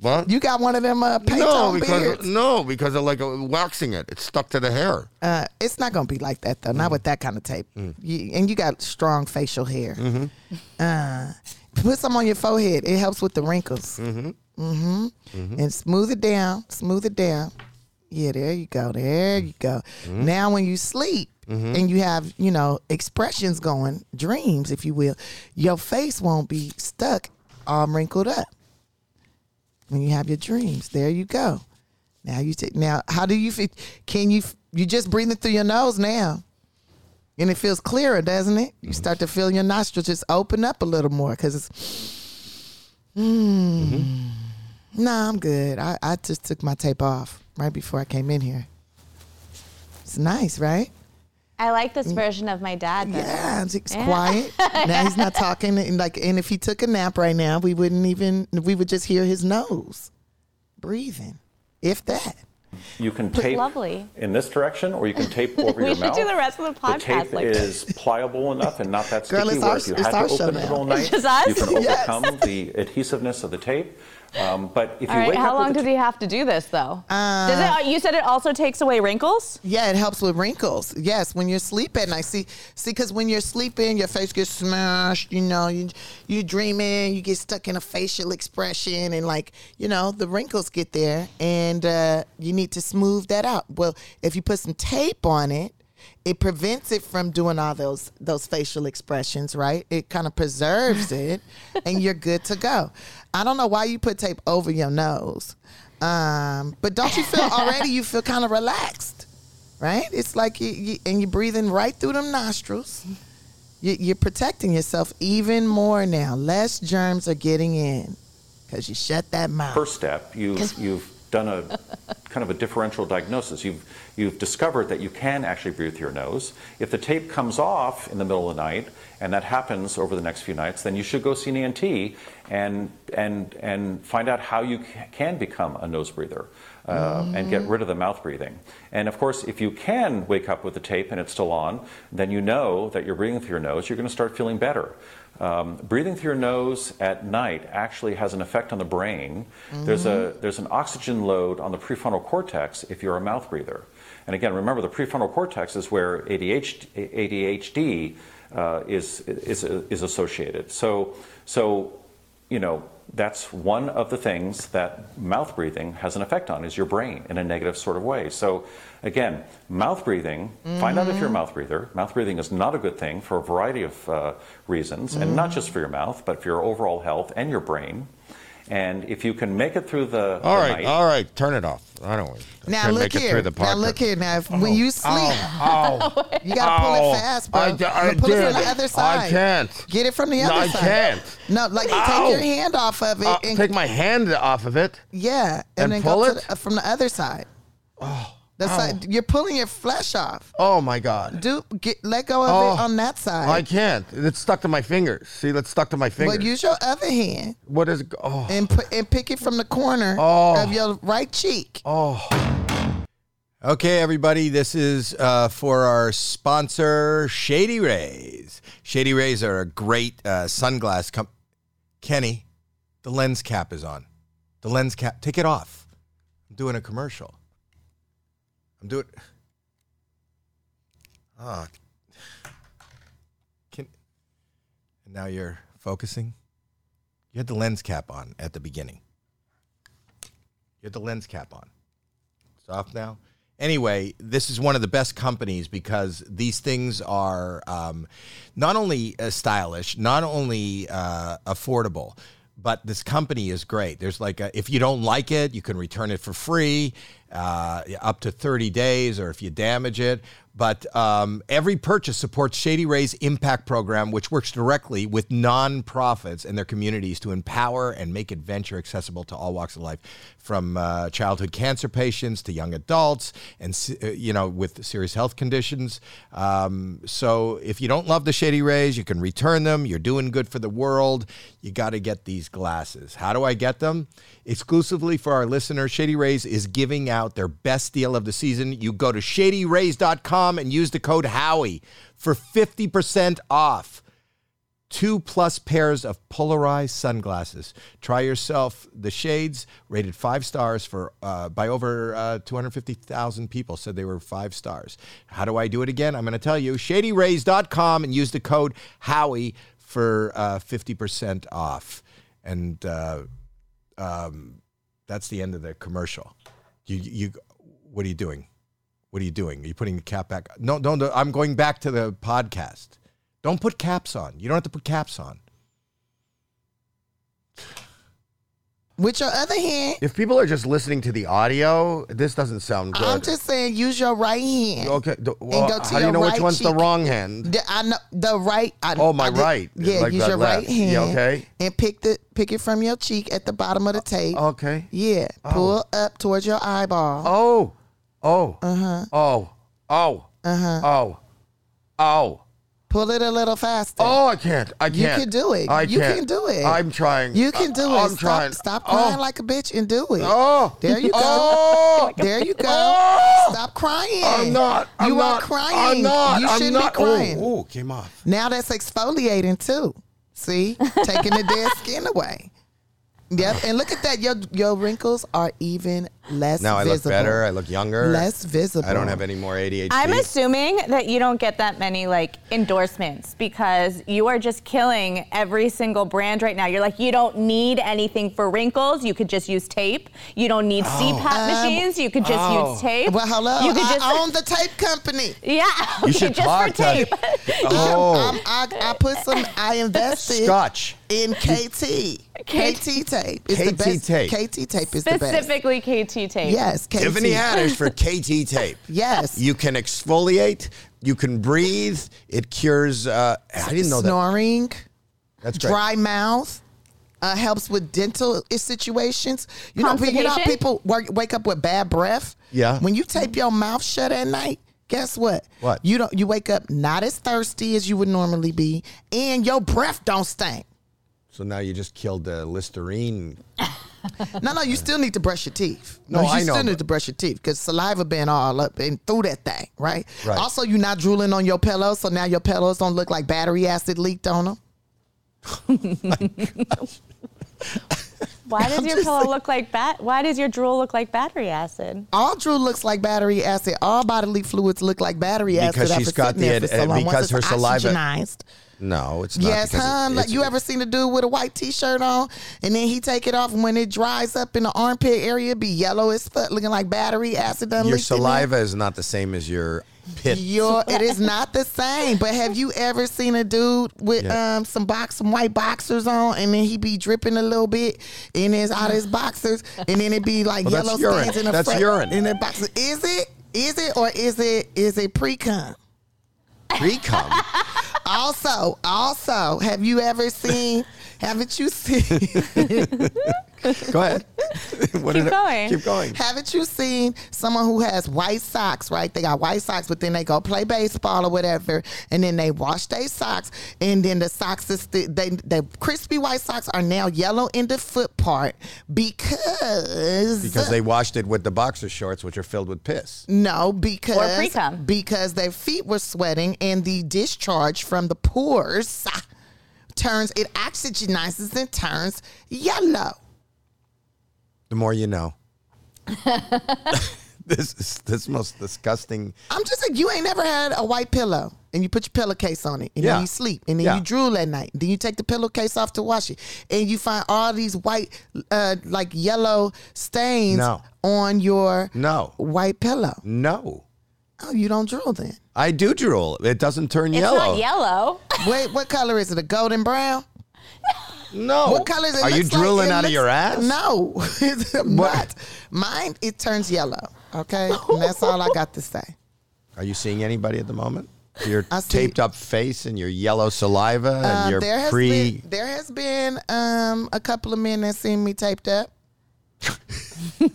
Speaker 7: what?
Speaker 2: You got one of them uh,
Speaker 7: no,
Speaker 2: Pantone
Speaker 7: because
Speaker 2: beards.
Speaker 7: no, because of like uh, waxing it. It's stuck to the hair.
Speaker 2: Uh, it's not gonna be like that though. Not with that kind of tape. You, and you got strong facial hair. Uh, put some on your forehead. It helps with the wrinkles. Mm-hmm. Mm-hmm. And smooth it down. Smooth it down. Yeah, there you go. There you go. Now, when you sleep and you have you know expressions going, dreams, if you will, your face won't be stuck all wrinkled up. When you have your dreams, there you go. Now you take. Now, how do you feel? Can you? f- You just breathing through your nose now, and it feels clearer, doesn't it? You start to feel your nostrils just open up a little more because it's. Mm. No, I'm good. I, I just took my tape off right before I came in here. It's nice, right?
Speaker 3: I like this version of my dad. better.
Speaker 2: Yeah, it's it's
Speaker 3: Yeah.
Speaker 2: quiet. now he's not talking. And like, and if he took a nap right now, we wouldn't even. We would just hear his nose breathing, if that.
Speaker 5: You can tape
Speaker 3: lovely.
Speaker 5: in this direction, or you can tape over
Speaker 3: We
Speaker 5: your
Speaker 3: should
Speaker 5: mouth.
Speaker 3: do the rest of the podcast
Speaker 5: tape
Speaker 3: like that.
Speaker 5: is pliable enough and not that sticky.
Speaker 2: Girl, it's
Speaker 5: where
Speaker 2: our-
Speaker 5: if you
Speaker 2: it's
Speaker 5: had to
Speaker 2: our show
Speaker 5: open it
Speaker 2: now.
Speaker 5: all night,
Speaker 3: It's just us?
Speaker 5: you can
Speaker 2: Yes.
Speaker 5: overcome the adhesiveness of the tape. Um, but if
Speaker 3: All
Speaker 5: you
Speaker 3: right,
Speaker 5: wake
Speaker 3: how
Speaker 5: up with
Speaker 3: long
Speaker 5: the
Speaker 3: does he have to do this though? does it, uh, you said it also takes away wrinkles?
Speaker 2: Yeah, it helps with wrinkles. Yes, when you're asleep at night. See, see, because when you're sleeping, your face gets smashed. You know, you you dreaming, you get stuck in a facial expression, and like you know, the wrinkles get there, and uh, you need to smooth that out. Well, if you put some tape on it, it prevents it from doing all those those facial expressions, right? It kind of preserves it, and you're good to go. I don't know why you put tape over your nose, um, but don't you feel already? You feel kind of relaxed, right? It's like you, you and you're breathing right through them nostrils. You, you're protecting yourself even more now. Less germs are getting in because you shut that mouth.
Speaker 5: first step, you've, you've done a kind of a differential diagnosis. You've, you've discovered that you can actually breathe through your nose. If the tape comes off in the middle of the night, and that happens over the next few nights, then you should go see an ENT and, and, and find out how you ca- can become a nose breather uh, and get rid of the mouth breathing. And of course, if you can wake up with the tape and it's still on, then you know that you're breathing through your nose, you're going to start feeling better. Um, breathing through your nose at night actually has an effect on the brain. There's, a, there's an oxygen load on the prefrontal cortex if you're a mouth breather. And again, remember the prefrontal cortex is where ADHD, ADHD uh, is, is, is associated. So, so, you know, that's one of the things that mouth breathing has an effect on is your brain in a negative sort of way. So again, mouth breathing, find out if you're a mouth breather. Mouth breathing is not a good thing for a variety of uh, reasons, and not just for your mouth, but for your overall health and your brain. And if you can make it through the,
Speaker 6: All
Speaker 5: the
Speaker 6: right,
Speaker 5: night,
Speaker 6: all right, turn it off. I don't. I
Speaker 2: Now
Speaker 6: couldn't
Speaker 2: look
Speaker 6: make it
Speaker 2: here.
Speaker 6: through the
Speaker 2: now
Speaker 6: park.
Speaker 2: look here. Now if, when you sleep,
Speaker 7: Oh, oh,
Speaker 2: you gotta pull
Speaker 7: Ow.
Speaker 2: it fast, bro.
Speaker 7: I d- I
Speaker 2: You pull it
Speaker 7: did.
Speaker 2: from the other
Speaker 7: I
Speaker 2: side.
Speaker 7: can't.
Speaker 2: Get it from the
Speaker 7: No,
Speaker 2: other
Speaker 7: I
Speaker 2: side.
Speaker 7: can't.
Speaker 2: No, like
Speaker 7: Ow.
Speaker 2: take your hand off of it
Speaker 7: Uh,
Speaker 2: and
Speaker 7: take my hand off of it.
Speaker 2: yeah,
Speaker 7: and
Speaker 2: and, then
Speaker 7: pull
Speaker 2: go
Speaker 7: it?
Speaker 2: To the, uh, from the other side. Oh, the side you're pulling your flesh off.
Speaker 7: Oh my god.
Speaker 2: Do get let go of
Speaker 7: Oh.
Speaker 2: it on that
Speaker 7: I
Speaker 2: side.
Speaker 7: can't. It's stuck to my fingers. See, that's stuck to my fingers.
Speaker 2: But use your other hand
Speaker 7: what is? Oh,
Speaker 2: and put and pick it from the corner
Speaker 7: Oh.
Speaker 2: of your right cheek.
Speaker 7: oh.
Speaker 1: Okay, everybody, this is uh, for our sponsor, Shady Rays. Shady Rays are a great uh, sunglass company. Kenny, the lens cap is on. The lens cap, take it off. I'm doing a commercial. I'm doing. Ah, can. And now you're focusing. You had the lens cap on at the beginning. You had the lens cap on. It's off now. Anyway, this is one of the best companies because these things are um, not only uh, stylish, not only uh, affordable, but this company is great. There's like, a, if you don't like it, you can return it for free, uh, up to 30 days, or if you damage it. But um, every purchase supports Shady Ray's Impact Program, which works directly with nonprofits and their communities to empower and make adventure accessible to all walks of life, from uh, childhood cancer patients to young adults, and se- uh, you know with serious health conditions. Um, so if you don't love the Shady Rays, you can return them. You're doing good for the world. You got to get these glasses. How do I get them? Exclusively for our listeners, Shady Rays is giving out their best deal of the season. You go to shadyrays.com and use the code Howie for 50% off two plus pairs of polarized sunglasses. Try yourself the shades rated five stars for uh, by over uh, 250,000 people said they were five stars. How do I do it again? I'm going to tell you shadyrays.com and use the code Howie for uh, 50% off. And uh, um, that's the end of the commercial. You, you, what are you doing? What are you doing? Are you putting the cap back? No, no, no. I'm going back to the podcast. Don't put caps on. You don't have to put caps on.
Speaker 2: With your other hand,
Speaker 1: If people are just listening to the audio, this doesn't sound good.
Speaker 2: I'm just saying use your right hand.
Speaker 1: okay. d- Well,
Speaker 2: go to
Speaker 1: how do you
Speaker 2: your
Speaker 1: know which
Speaker 2: right
Speaker 1: one's the
Speaker 2: cheek.
Speaker 1: wrong hand?
Speaker 2: The, I know the right. I,
Speaker 1: Oh, my
Speaker 2: I did-
Speaker 1: right.
Speaker 2: Yeah,
Speaker 1: Like
Speaker 2: use
Speaker 1: that
Speaker 2: your
Speaker 1: left.
Speaker 2: right
Speaker 1: Yeah,
Speaker 2: hand.
Speaker 1: okay. Oh,
Speaker 2: And pick the pick it from your cheek at the bottom of the tape.
Speaker 1: Okay.
Speaker 2: Yeah. Pull up towards your eyeball.
Speaker 1: Oh. Oh. Uh
Speaker 2: Uh-huh.
Speaker 1: huh. Oh. Oh. Uh huh. Oh. Oh.
Speaker 2: Pull it a little faster.
Speaker 1: Oh, I can't. I can't.
Speaker 2: You can do it.
Speaker 1: I
Speaker 2: you
Speaker 1: can't.
Speaker 2: can do it.
Speaker 1: I'm trying.
Speaker 2: You can do
Speaker 1: I-
Speaker 2: it.
Speaker 1: I'm
Speaker 2: stop,
Speaker 1: trying.
Speaker 2: Stop
Speaker 1: Oh.
Speaker 2: crying like a bitch and do it.
Speaker 1: Oh.
Speaker 2: There you go.
Speaker 1: Oh.
Speaker 2: There you go.
Speaker 1: Oh.
Speaker 2: Stop crying.
Speaker 1: I'm not. I'm
Speaker 2: you
Speaker 1: not
Speaker 2: are crying.
Speaker 1: I'm not.
Speaker 2: You
Speaker 1: I'm
Speaker 2: shouldn't
Speaker 1: not.
Speaker 2: be crying.
Speaker 1: Oh, oh, came off.
Speaker 2: Now that's exfoliating too. See, taking the dead skin away. Yep, and look at that. Your your wrinkles are even less.
Speaker 1: Now I look
Speaker 2: visible.
Speaker 1: better. I look younger.
Speaker 2: Less visible.
Speaker 1: I don't have any more ADHD.
Speaker 3: I'm assuming that you don't get that many like endorsements because you are just killing every single brand right now. You're like, you don't need anything for wrinkles. You could just use tape. You don't need CPAP machines. You could just use tape.
Speaker 2: Well, hello.
Speaker 3: You could
Speaker 2: I
Speaker 3: just
Speaker 2: own the tape company. Um,
Speaker 3: yeah.
Speaker 1: You
Speaker 3: okay,
Speaker 1: should
Speaker 3: just
Speaker 1: talk
Speaker 3: for
Speaker 1: to-
Speaker 3: tape.
Speaker 1: Oh.
Speaker 2: I'm, I, I put some. I invested
Speaker 1: Scotch.
Speaker 2: in KT. KT tape. It's the
Speaker 1: KT
Speaker 2: best.
Speaker 1: tape.
Speaker 2: KT tape is the best.
Speaker 3: Specifically KT tape.
Speaker 2: Yes, KT.
Speaker 1: Tiffany Haddish for KT tape.
Speaker 2: Yes.
Speaker 1: You can exfoliate. You can breathe. It cures. Uh, I didn't know that.
Speaker 2: Snoring.
Speaker 1: That's great.
Speaker 2: dry mouth. Uh, helps with dental i- situations. You know, pe- you know how
Speaker 3: Constipation?
Speaker 2: people work, wake up with bad breath.
Speaker 1: Yeah.
Speaker 2: When you tape your mouth shut at night, guess what?
Speaker 1: What?
Speaker 2: You don't. You wake up not as thirsty as you would normally be, and your breath don't stink.
Speaker 1: So now you just killed
Speaker 6: uh,
Speaker 1: the Listerine.
Speaker 2: No, no, you still need to brush your teeth.
Speaker 1: No,
Speaker 2: you
Speaker 1: I know,
Speaker 2: still
Speaker 1: but-
Speaker 2: need to brush your teeth because saliva been all up and through that thing, right?
Speaker 1: Right.
Speaker 2: Also, you're not drooling on your pillows, so now your pillows don't look like battery acid leaked on them.
Speaker 3: Why does your pillow look like bat? Why does your drool look like battery acid?
Speaker 2: all Drew looks like battery acid. All bodily fluids look like battery acid.
Speaker 1: Because
Speaker 2: after
Speaker 1: she's got
Speaker 2: sitting there
Speaker 1: the-
Speaker 2: for so
Speaker 1: uh,
Speaker 2: long. Once
Speaker 1: because
Speaker 2: it's
Speaker 1: her saliva-
Speaker 2: oxygenized.
Speaker 1: No, it's not.
Speaker 2: Yes,
Speaker 1: because
Speaker 2: huh?
Speaker 1: it-
Speaker 2: Like
Speaker 1: it's-
Speaker 2: you ever seen a dude with a white T-shirt on, and then he take it off, and when it dries up in the armpit area, it be yellow as fuck, looking like battery acid. Done
Speaker 1: Your
Speaker 2: leaked in there.
Speaker 1: saliva is not the same as your pit.
Speaker 2: Your it is not the same. But have you ever seen a dude with
Speaker 1: Yeah.
Speaker 2: um some box some white boxers on and then he be dripping a little bit and it's out his boxers and then it be like
Speaker 1: Well, that's
Speaker 2: yellow
Speaker 1: urine.
Speaker 2: stains in the
Speaker 1: That's
Speaker 2: front
Speaker 1: urine.
Speaker 2: in the boxer. Is it? Is it or is it is it pre cum?
Speaker 1: Pre cum.
Speaker 2: Also, also, have you ever seen? haven't you seen?
Speaker 1: Go ahead.
Speaker 6: What
Speaker 3: Keep
Speaker 6: did I-
Speaker 3: going.
Speaker 6: Keep going.
Speaker 2: Haven't you seen someone who has white socks, right? They got white socks, but then they go play baseball or whatever, and then they wash their socks, and then the socks is sti- they the crispy white socks are now yellow in the foot part because
Speaker 6: Because they washed it with the boxer shorts, which are filled with piss.
Speaker 2: no because
Speaker 3: Or pre-cum.
Speaker 2: because their feet were sweating and the discharge from the pores turns it oxygenizes and turns yellow.
Speaker 6: The more you know. this is this most disgusting.
Speaker 2: I'm just like, you ain't never had a white pillow and you put your pillowcase on it and
Speaker 6: Yeah.
Speaker 2: then you sleep and then
Speaker 6: Yeah.
Speaker 2: you drool at night. Then you take the pillowcase off to wash it and you find all these white, uh, like yellow stains
Speaker 6: No.
Speaker 2: on your
Speaker 6: No.
Speaker 2: white pillow.
Speaker 6: No.
Speaker 2: Oh, you don't drool then.
Speaker 6: I do drool. It doesn't turn
Speaker 3: It's
Speaker 6: yellow.
Speaker 3: not yellow.
Speaker 2: Wait, what color is it? A golden brown?
Speaker 6: No.
Speaker 2: What color is it?
Speaker 6: Oh, Are you
Speaker 2: Looks like-
Speaker 6: drooling
Speaker 2: it
Speaker 6: out of
Speaker 2: looks-
Speaker 6: your ass?
Speaker 2: No, I'm
Speaker 6: What?
Speaker 2: not. Mine, it turns yellow. Okay, and that's all I got to say.
Speaker 6: Are you seeing anybody at the moment? Your
Speaker 2: I see-
Speaker 6: taped up face and your yellow saliva and
Speaker 2: Um,
Speaker 6: your
Speaker 2: there has
Speaker 6: pre.
Speaker 2: been there has been um, a couple of men that seen me taped up.
Speaker 6: Ki-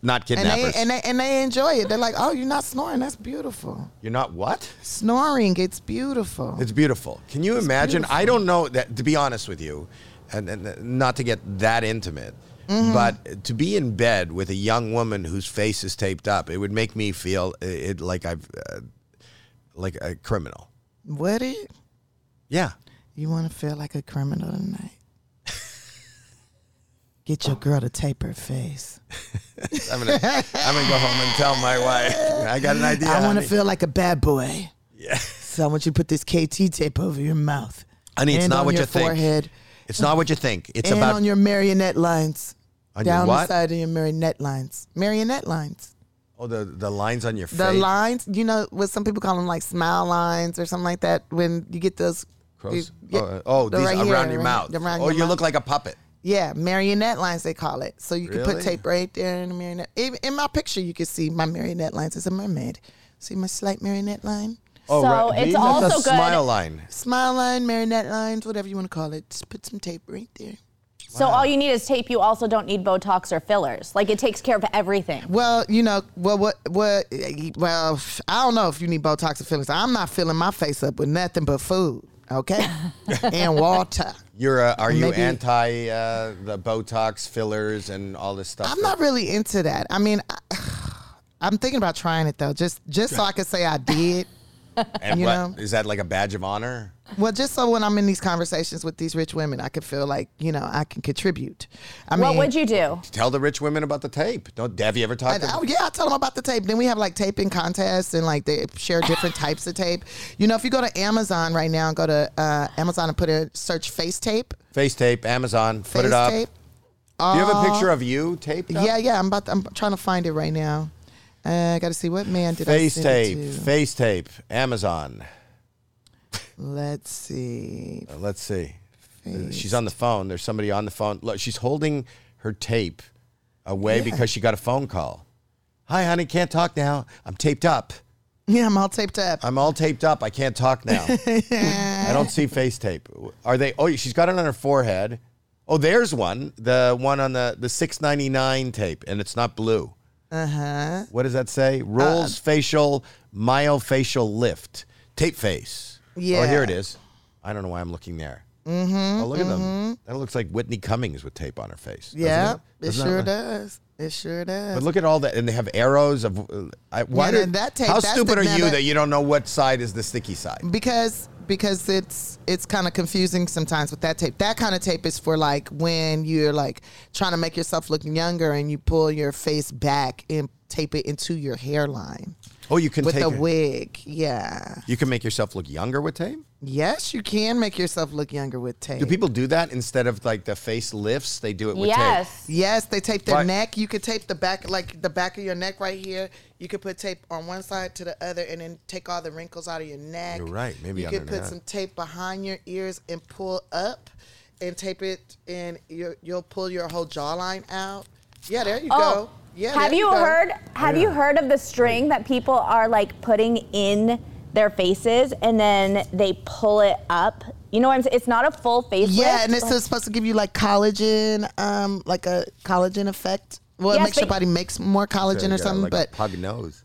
Speaker 6: not
Speaker 2: and they,
Speaker 6: kidnappers.
Speaker 2: and they and they enjoy it. They're like, "Oh, you're not snoring. That's beautiful.
Speaker 6: You're not what?
Speaker 2: Snoring, it's beautiful."
Speaker 6: It's beautiful. Can you imagine? I don't know that. To be honest with you, and, and not to get that intimate,
Speaker 2: Mm-hmm.
Speaker 6: but to be in bed with a young woman whose face is taped up, it would make me feel it, it like I've uh, like a criminal.
Speaker 2: what it?
Speaker 6: Yeah.
Speaker 2: You want to feel like a criminal tonight? Get your girl to tape her face.
Speaker 6: I'm gonna, I'm gonna go home and tell my wife. I got an idea.
Speaker 2: I want to
Speaker 6: honey.
Speaker 2: feel like a bad boy.
Speaker 6: Yeah.
Speaker 2: So I want you to put this KT tape over your mouth.
Speaker 6: Honey, it's
Speaker 2: and
Speaker 6: not
Speaker 2: on
Speaker 6: what
Speaker 2: your
Speaker 6: you think.
Speaker 2: forehead,
Speaker 6: It's not what you think. It's
Speaker 2: and
Speaker 6: about
Speaker 2: on your marionette lines.
Speaker 6: On your
Speaker 2: down
Speaker 6: what?
Speaker 2: the side of your marionette lines. Marionette lines.
Speaker 6: oh the the lines on your face.
Speaker 2: The lines, you know, what some people call them like smile lines or something like that. When you get those,
Speaker 6: Gross.
Speaker 2: you-
Speaker 6: oh, uh, oh,
Speaker 2: the
Speaker 6: these
Speaker 2: right
Speaker 6: around
Speaker 2: here,
Speaker 6: your
Speaker 2: right-
Speaker 6: mouth.
Speaker 2: around
Speaker 6: oh,
Speaker 2: your
Speaker 6: you
Speaker 2: mouth.
Speaker 6: look like a puppet.
Speaker 2: yeah, marionette lines they call it. So you can
Speaker 6: Really?
Speaker 2: put tape right there in the marionette. Even in my picture, you can see my marionette lines. It's a mermaid. See my slight marionette line,
Speaker 6: Oh,
Speaker 3: So
Speaker 6: right.
Speaker 3: it's
Speaker 6: These are
Speaker 3: also
Speaker 6: the
Speaker 3: good-
Speaker 6: smile line.
Speaker 2: smile line, marionette lines, whatever you want to call it. Just put some tape right there.
Speaker 3: So all you need is tape. You also don't need Botox or fillers. Like it takes care of everything.
Speaker 2: Well, you know, well, what, what, well, I don't know if you need Botox or fillers. I'm not filling my face up with nothing but food, okay, and water.
Speaker 6: You're uh, are you
Speaker 2: Maybe-
Speaker 6: anti uh, the Botox fillers and all this stuff?
Speaker 2: I'm not really into that. I mean, I, I'm thinking about trying it though, just just so I can say I did.
Speaker 6: And
Speaker 2: you
Speaker 6: what-
Speaker 2: know.
Speaker 6: is that like a badge of honor?
Speaker 2: Well, just so when I'm in these conversations with these rich women, I can feel like you know I can contribute. I
Speaker 3: what
Speaker 2: mean,
Speaker 3: would you do?
Speaker 6: Tell the rich women about the tape. Don't have you ever
Speaker 2: I,
Speaker 6: talked?
Speaker 2: oh
Speaker 6: to
Speaker 2: yeah, I told them about the tape. Then we have like taping contests and like they share different types of tape. You know, if you go to Amazon right now and go to uh, Amazon and put a search face tape,
Speaker 6: Face tape, Amazon, put
Speaker 2: face
Speaker 6: it up.
Speaker 2: tape.
Speaker 6: Do you have a picture of you taped? up?
Speaker 2: Yeah, yeah, I'm about. To, I'm trying to find it right now. Uh, I got to see what man did
Speaker 6: Face
Speaker 2: I send it
Speaker 6: tape,
Speaker 2: to.
Speaker 6: face tape, Amazon.
Speaker 2: Let's see.
Speaker 6: Uh, let's see. Uh, She's on the phone. There's somebody on the phone. Look, she's holding her tape away because she got a phone call. Hi, honey, can't talk now. I'm taped up.
Speaker 2: Yeah, I'm all taped up.
Speaker 6: I'm all taped up. I can't talk now. I don't see face tape. Are they? Oh, she's got it on her forehead. Oh, there's one. The one on the the 6.99 tape, and it's not blue. Uh
Speaker 2: Uh-huh.
Speaker 6: huh. What does that say? Rolls facial myofacial lift tape face. Oh,
Speaker 2: Yeah.
Speaker 6: here it is. I don't know why I'm looking there. Mm-hmm, oh, look at them. That looks like Whitney Cummings with tape on her face. doesn't
Speaker 2: yeah,
Speaker 6: it?
Speaker 2: it,
Speaker 6: Doesn't that
Speaker 2: sure
Speaker 6: look-
Speaker 2: does. It sure does.
Speaker 6: But look at all that, and they have arrows of. Uh, I, why
Speaker 2: Yeah,
Speaker 6: did,
Speaker 2: and that tape-
Speaker 6: how
Speaker 2: that's
Speaker 6: stupid
Speaker 2: the-
Speaker 6: are
Speaker 2: now
Speaker 6: you
Speaker 2: that-
Speaker 6: that you don't know what side is the sticky side?
Speaker 2: because because it's it's kind of confusing sometimes with that tape. That kind of tape is for like when you're like trying to make yourself look younger and you pull your face back and tape it into your hairline
Speaker 6: Oh, you can
Speaker 2: with
Speaker 6: take
Speaker 2: a
Speaker 6: it.
Speaker 2: wig. Yeah.
Speaker 6: You can make yourself look younger with tape.
Speaker 2: Yes, you can make yourself look younger with tape.
Speaker 6: Do people do that instead of like the face lifts? They do it with
Speaker 3: Yes.
Speaker 2: Yes, they tape their
Speaker 6: But-
Speaker 2: neck. You could tape the back, like the back of your neck right here. You could put tape on one side to the other, and then take all the wrinkles out of your neck.
Speaker 6: You're right. Maybe
Speaker 2: you
Speaker 6: I'm
Speaker 2: could
Speaker 6: into
Speaker 2: put
Speaker 6: that.
Speaker 2: some tape behind your ears and pull up, and tape it, and you're, you'll pull your whole jawline out. Yeah, there you go. Yeah.
Speaker 3: Oh, have
Speaker 2: there
Speaker 3: you
Speaker 2: go.
Speaker 3: heard? Have you heard of the string that people are like putting in their faces and then they pull it up You know what I'm saying? It's not a full facelift.
Speaker 2: Yeah, and it's
Speaker 3: Like-
Speaker 2: supposed to give you like collagen, um, like a collagen effect. Well,
Speaker 3: Yes,
Speaker 2: it makes your
Speaker 3: but-
Speaker 2: body makes more collagen or
Speaker 6: Yeah,
Speaker 2: something.
Speaker 6: like
Speaker 2: but
Speaker 6: a pug nose.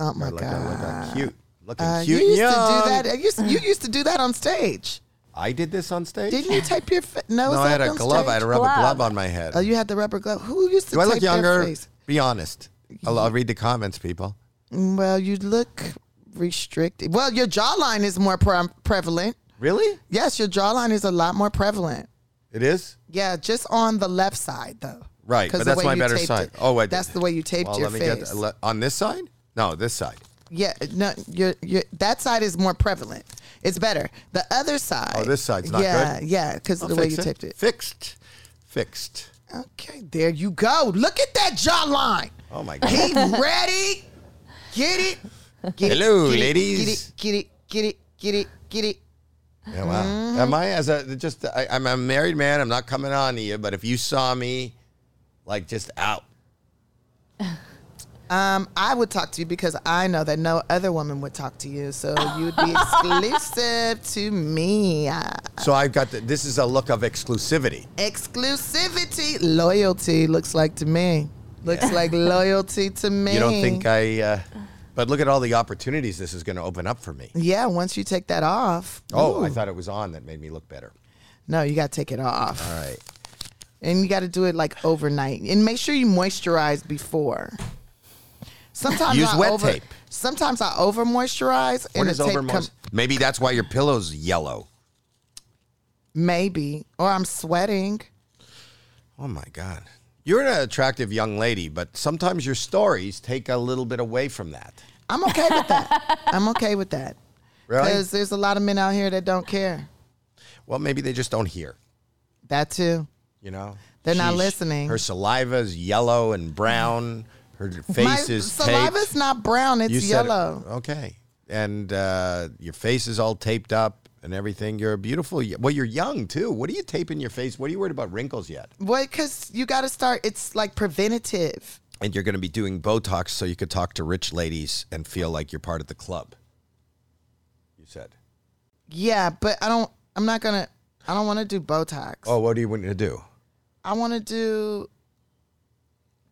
Speaker 2: oh my
Speaker 6: like
Speaker 2: god,
Speaker 6: A, like a cute, looking
Speaker 2: Uh,
Speaker 6: cute.
Speaker 2: you used
Speaker 6: young.
Speaker 2: to do that. You used, you used to do that on stage.
Speaker 6: I did this on stage.
Speaker 2: Didn't you tape your fa- nose?
Speaker 6: No, I had
Speaker 2: up
Speaker 6: a
Speaker 2: on
Speaker 6: glove. I
Speaker 2: stage?
Speaker 6: had a rubber
Speaker 3: Glove.
Speaker 6: glove on my head.
Speaker 2: Oh, you had the rubber glove. Who used to
Speaker 6: Do I
Speaker 2: tape
Speaker 6: look
Speaker 2: their
Speaker 6: younger?
Speaker 2: face?
Speaker 6: Be honest. I'll, I'll read the comments, people.
Speaker 2: Mm, Well, you look restricted. Well, your jawline is more pre- prevalent.
Speaker 6: Really?
Speaker 2: Yes, your jawline is a lot more prevalent.
Speaker 6: It is.
Speaker 2: Yeah, just on the left side though.
Speaker 6: Right,
Speaker 2: 'Cause
Speaker 6: but
Speaker 2: the
Speaker 6: that's
Speaker 2: way
Speaker 6: my
Speaker 2: you
Speaker 6: better
Speaker 2: taped
Speaker 6: side.
Speaker 2: it.
Speaker 6: Oh, wait.
Speaker 2: That's the way you taped
Speaker 6: well,
Speaker 2: your
Speaker 6: let me
Speaker 2: face.
Speaker 6: Get the, le- on this side? No, this side.
Speaker 2: Yeah, no, your your that side is more prevalent. It's better. The other side.
Speaker 6: Oh, this side's not
Speaker 2: yeah,
Speaker 6: good?
Speaker 2: Yeah, because of
Speaker 6: I'll
Speaker 2: the way
Speaker 6: fix
Speaker 2: you taped it.
Speaker 6: Fixed. Fixed.
Speaker 2: Okay, there you go. Look at that jawline.
Speaker 6: Oh my god.
Speaker 2: Get ready. Get it. Get it,
Speaker 6: Hello,
Speaker 2: get it,
Speaker 6: ladies.
Speaker 2: Get it. Get it. Get it. Get it. Get it.
Speaker 6: Yeah, Oh, wow.
Speaker 2: Mm-hmm.
Speaker 6: Am I as a just? I, I'm a married man. I'm not coming on to you, but if you saw me, like just out,
Speaker 2: Um, I would talk to you because I know that no other woman would talk to you, so you would be exclusive to me. Ah,
Speaker 6: so I've got the, this is a look of exclusivity.
Speaker 2: Exclusivity, loyalty looks like to me. Looks like loyalty to me.
Speaker 6: You don't think I? Uh, but look at all the opportunities this is going to open up for me.
Speaker 2: Yeah, once you take that off.
Speaker 6: Oh, I
Speaker 2: Ooh.
Speaker 6: thought it was on that made me look better.
Speaker 2: No, you got to take it off.
Speaker 6: All right.
Speaker 2: And you got to do it like overnight. And make sure you moisturize before. Sometimes
Speaker 6: Use
Speaker 2: I
Speaker 6: wet
Speaker 2: over,
Speaker 6: tape.
Speaker 2: Sometimes I over moisturize and
Speaker 6: What
Speaker 2: the
Speaker 6: is
Speaker 2: tape
Speaker 6: over
Speaker 2: come-
Speaker 6: Maybe that's why your pillow's yellow.
Speaker 2: maybe or I'm sweating.
Speaker 6: Oh my god. You're an attractive young lady, but sometimes your stories take a little bit away from that.
Speaker 2: I'm okay with that. I'm okay with that.
Speaker 6: Really?
Speaker 2: Because there's a lot of men out here that don't care.
Speaker 6: Well, maybe they just don't hear.
Speaker 2: That too.
Speaker 6: You know,
Speaker 2: They're not listening.
Speaker 6: Her saliva's yellow and brown. Her face
Speaker 2: My
Speaker 6: is
Speaker 2: saliva's
Speaker 6: taped.
Speaker 2: not brown, it's
Speaker 6: You said-
Speaker 2: yellow.
Speaker 6: okay, and uh, your face is all taped up and everything. You're a beautiful. y- Well, you're young too. What are you taping your face? What are you worried about wrinkles yet?
Speaker 2: Well, because you got to start, it's like preventative.
Speaker 6: And you're going to be doing Botox so you could talk to rich ladies and feel like you're part of the club. You said.
Speaker 2: Yeah, but I don't, I'm not going to, I don't want to do Botox.
Speaker 6: Oh, what do you want to do?
Speaker 2: I want to do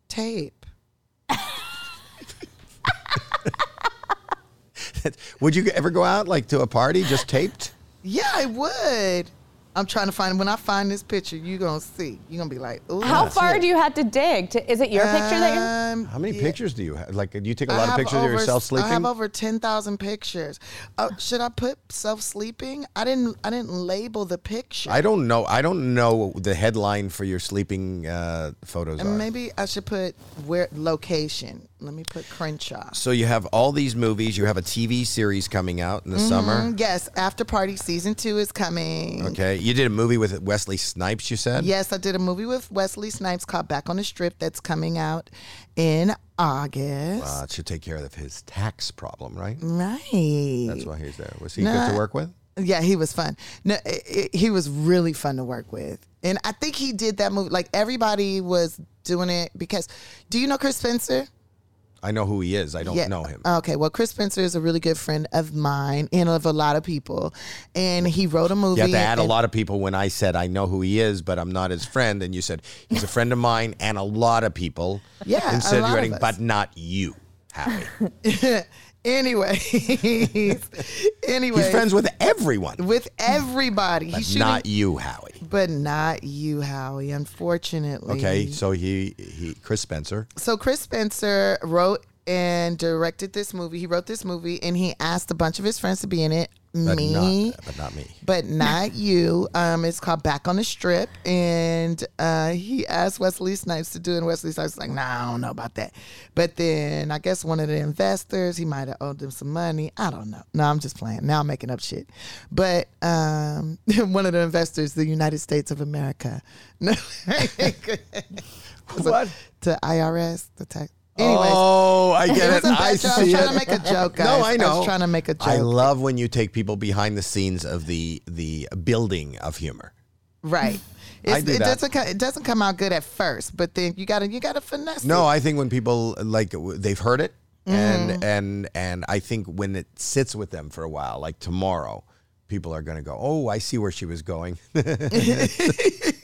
Speaker 2: tape.
Speaker 6: Would you ever go out like to a party just taped?
Speaker 2: Yeah, I would. I'm trying to find, when I find this picture, you going to see. You're going to be like, ooh.
Speaker 3: How far do you have to dig? To, is it your picture that you're?
Speaker 2: Um,
Speaker 6: How many
Speaker 2: yeah.
Speaker 6: pictures do you have? Like, do you take a
Speaker 2: I
Speaker 6: lot of
Speaker 2: have
Speaker 6: pictures of
Speaker 2: over-
Speaker 6: yourself
Speaker 2: I have
Speaker 6: sleeping?
Speaker 2: over ten thousand pictures. Uh, should I put self sleeping? I didn't. I didn't label the picture.
Speaker 6: I don't know. I don't know the headline for your sleeping uh, photos. Are.
Speaker 2: and maybe I should put where location. Let me put Crenshaw.
Speaker 6: so you have all these movies. You have a TV series coming out in
Speaker 2: Mm-hmm.
Speaker 6: the summer.
Speaker 2: Yes, after party season two is coming.
Speaker 6: Okay, you did a movie with Wesley Snipes. You said.
Speaker 2: Yes, I did a movie with Wesley Snipes called Back on the Strip that's coming out in August.
Speaker 6: Uh, it should take care of his tax problem, right?
Speaker 2: Mm-hmm. Right.
Speaker 6: That's why he's there. Was he
Speaker 2: No,
Speaker 6: good to
Speaker 2: I-
Speaker 6: work with?
Speaker 2: Yeah, he was fun. No, i i he was really fun to work with, and I think he did that movie. Like everybody was doing it because. Do you know Chris Spencer?
Speaker 6: I know who he is. I don't know him.
Speaker 2: Okay, well, Chris Spencer is a really good friend of mine and of a lot of people, and he wrote a movie.
Speaker 6: you have to add a
Speaker 2: and-
Speaker 6: lot of people when I said I know who he is, but I'm not his friend, and you said he's a friend of mine and a lot of people.
Speaker 2: Yeah, a
Speaker 6: instead
Speaker 2: lot
Speaker 6: you're
Speaker 2: of
Speaker 6: adding,
Speaker 2: us.
Speaker 6: but not you, Howie.
Speaker 2: Anyways,
Speaker 6: He's
Speaker 2: anyways,
Speaker 6: friends with everyone,
Speaker 2: with everybody.
Speaker 6: but
Speaker 2: He's shooting,
Speaker 6: not you, Howie.
Speaker 2: but not you, Howie. Unfortunately.
Speaker 6: Okay, so he he Chris Spencer.
Speaker 2: so Chris Spencer wrote and directed this movie. He wrote this movie and he asked a bunch of his friends to be in it.
Speaker 6: But
Speaker 2: me,
Speaker 6: Not, but not me.
Speaker 2: but not you. Um, it's called Back on the Strip, and uh, he asked Wesley Snipes to do, it, and Wesley Snipes was like, "Nah, I don't know about that." But then I guess one of the investors, he might have owed them some money. I don't know. No, I'm just playing. Now I'm making up shit. But um, one of the investors, the United States of America, no,
Speaker 6: What?
Speaker 2: to IRS, the tax. Anyways,
Speaker 6: oh, I get
Speaker 2: it was
Speaker 6: it.
Speaker 2: a bad
Speaker 6: I
Speaker 2: joke. I was
Speaker 6: see
Speaker 2: trying
Speaker 6: it.
Speaker 2: to make a joke, guys. I
Speaker 6: No, I
Speaker 2: was
Speaker 6: know.
Speaker 2: trying to make a
Speaker 6: I
Speaker 2: joke.
Speaker 6: love when you take people behind the scenes of the the building of humor.
Speaker 2: right.
Speaker 6: I
Speaker 2: It's-
Speaker 6: do
Speaker 2: it
Speaker 6: that.
Speaker 2: doesn't co- it doesn't come out good at first, but then you gotta you gotta finesse. it.
Speaker 6: No, I think when people like w- they've heard it,
Speaker 2: Mm-hmm.
Speaker 6: and and and I think when it sits with them for a while, like tomorrow, people are going to go, oh, I see where she was going.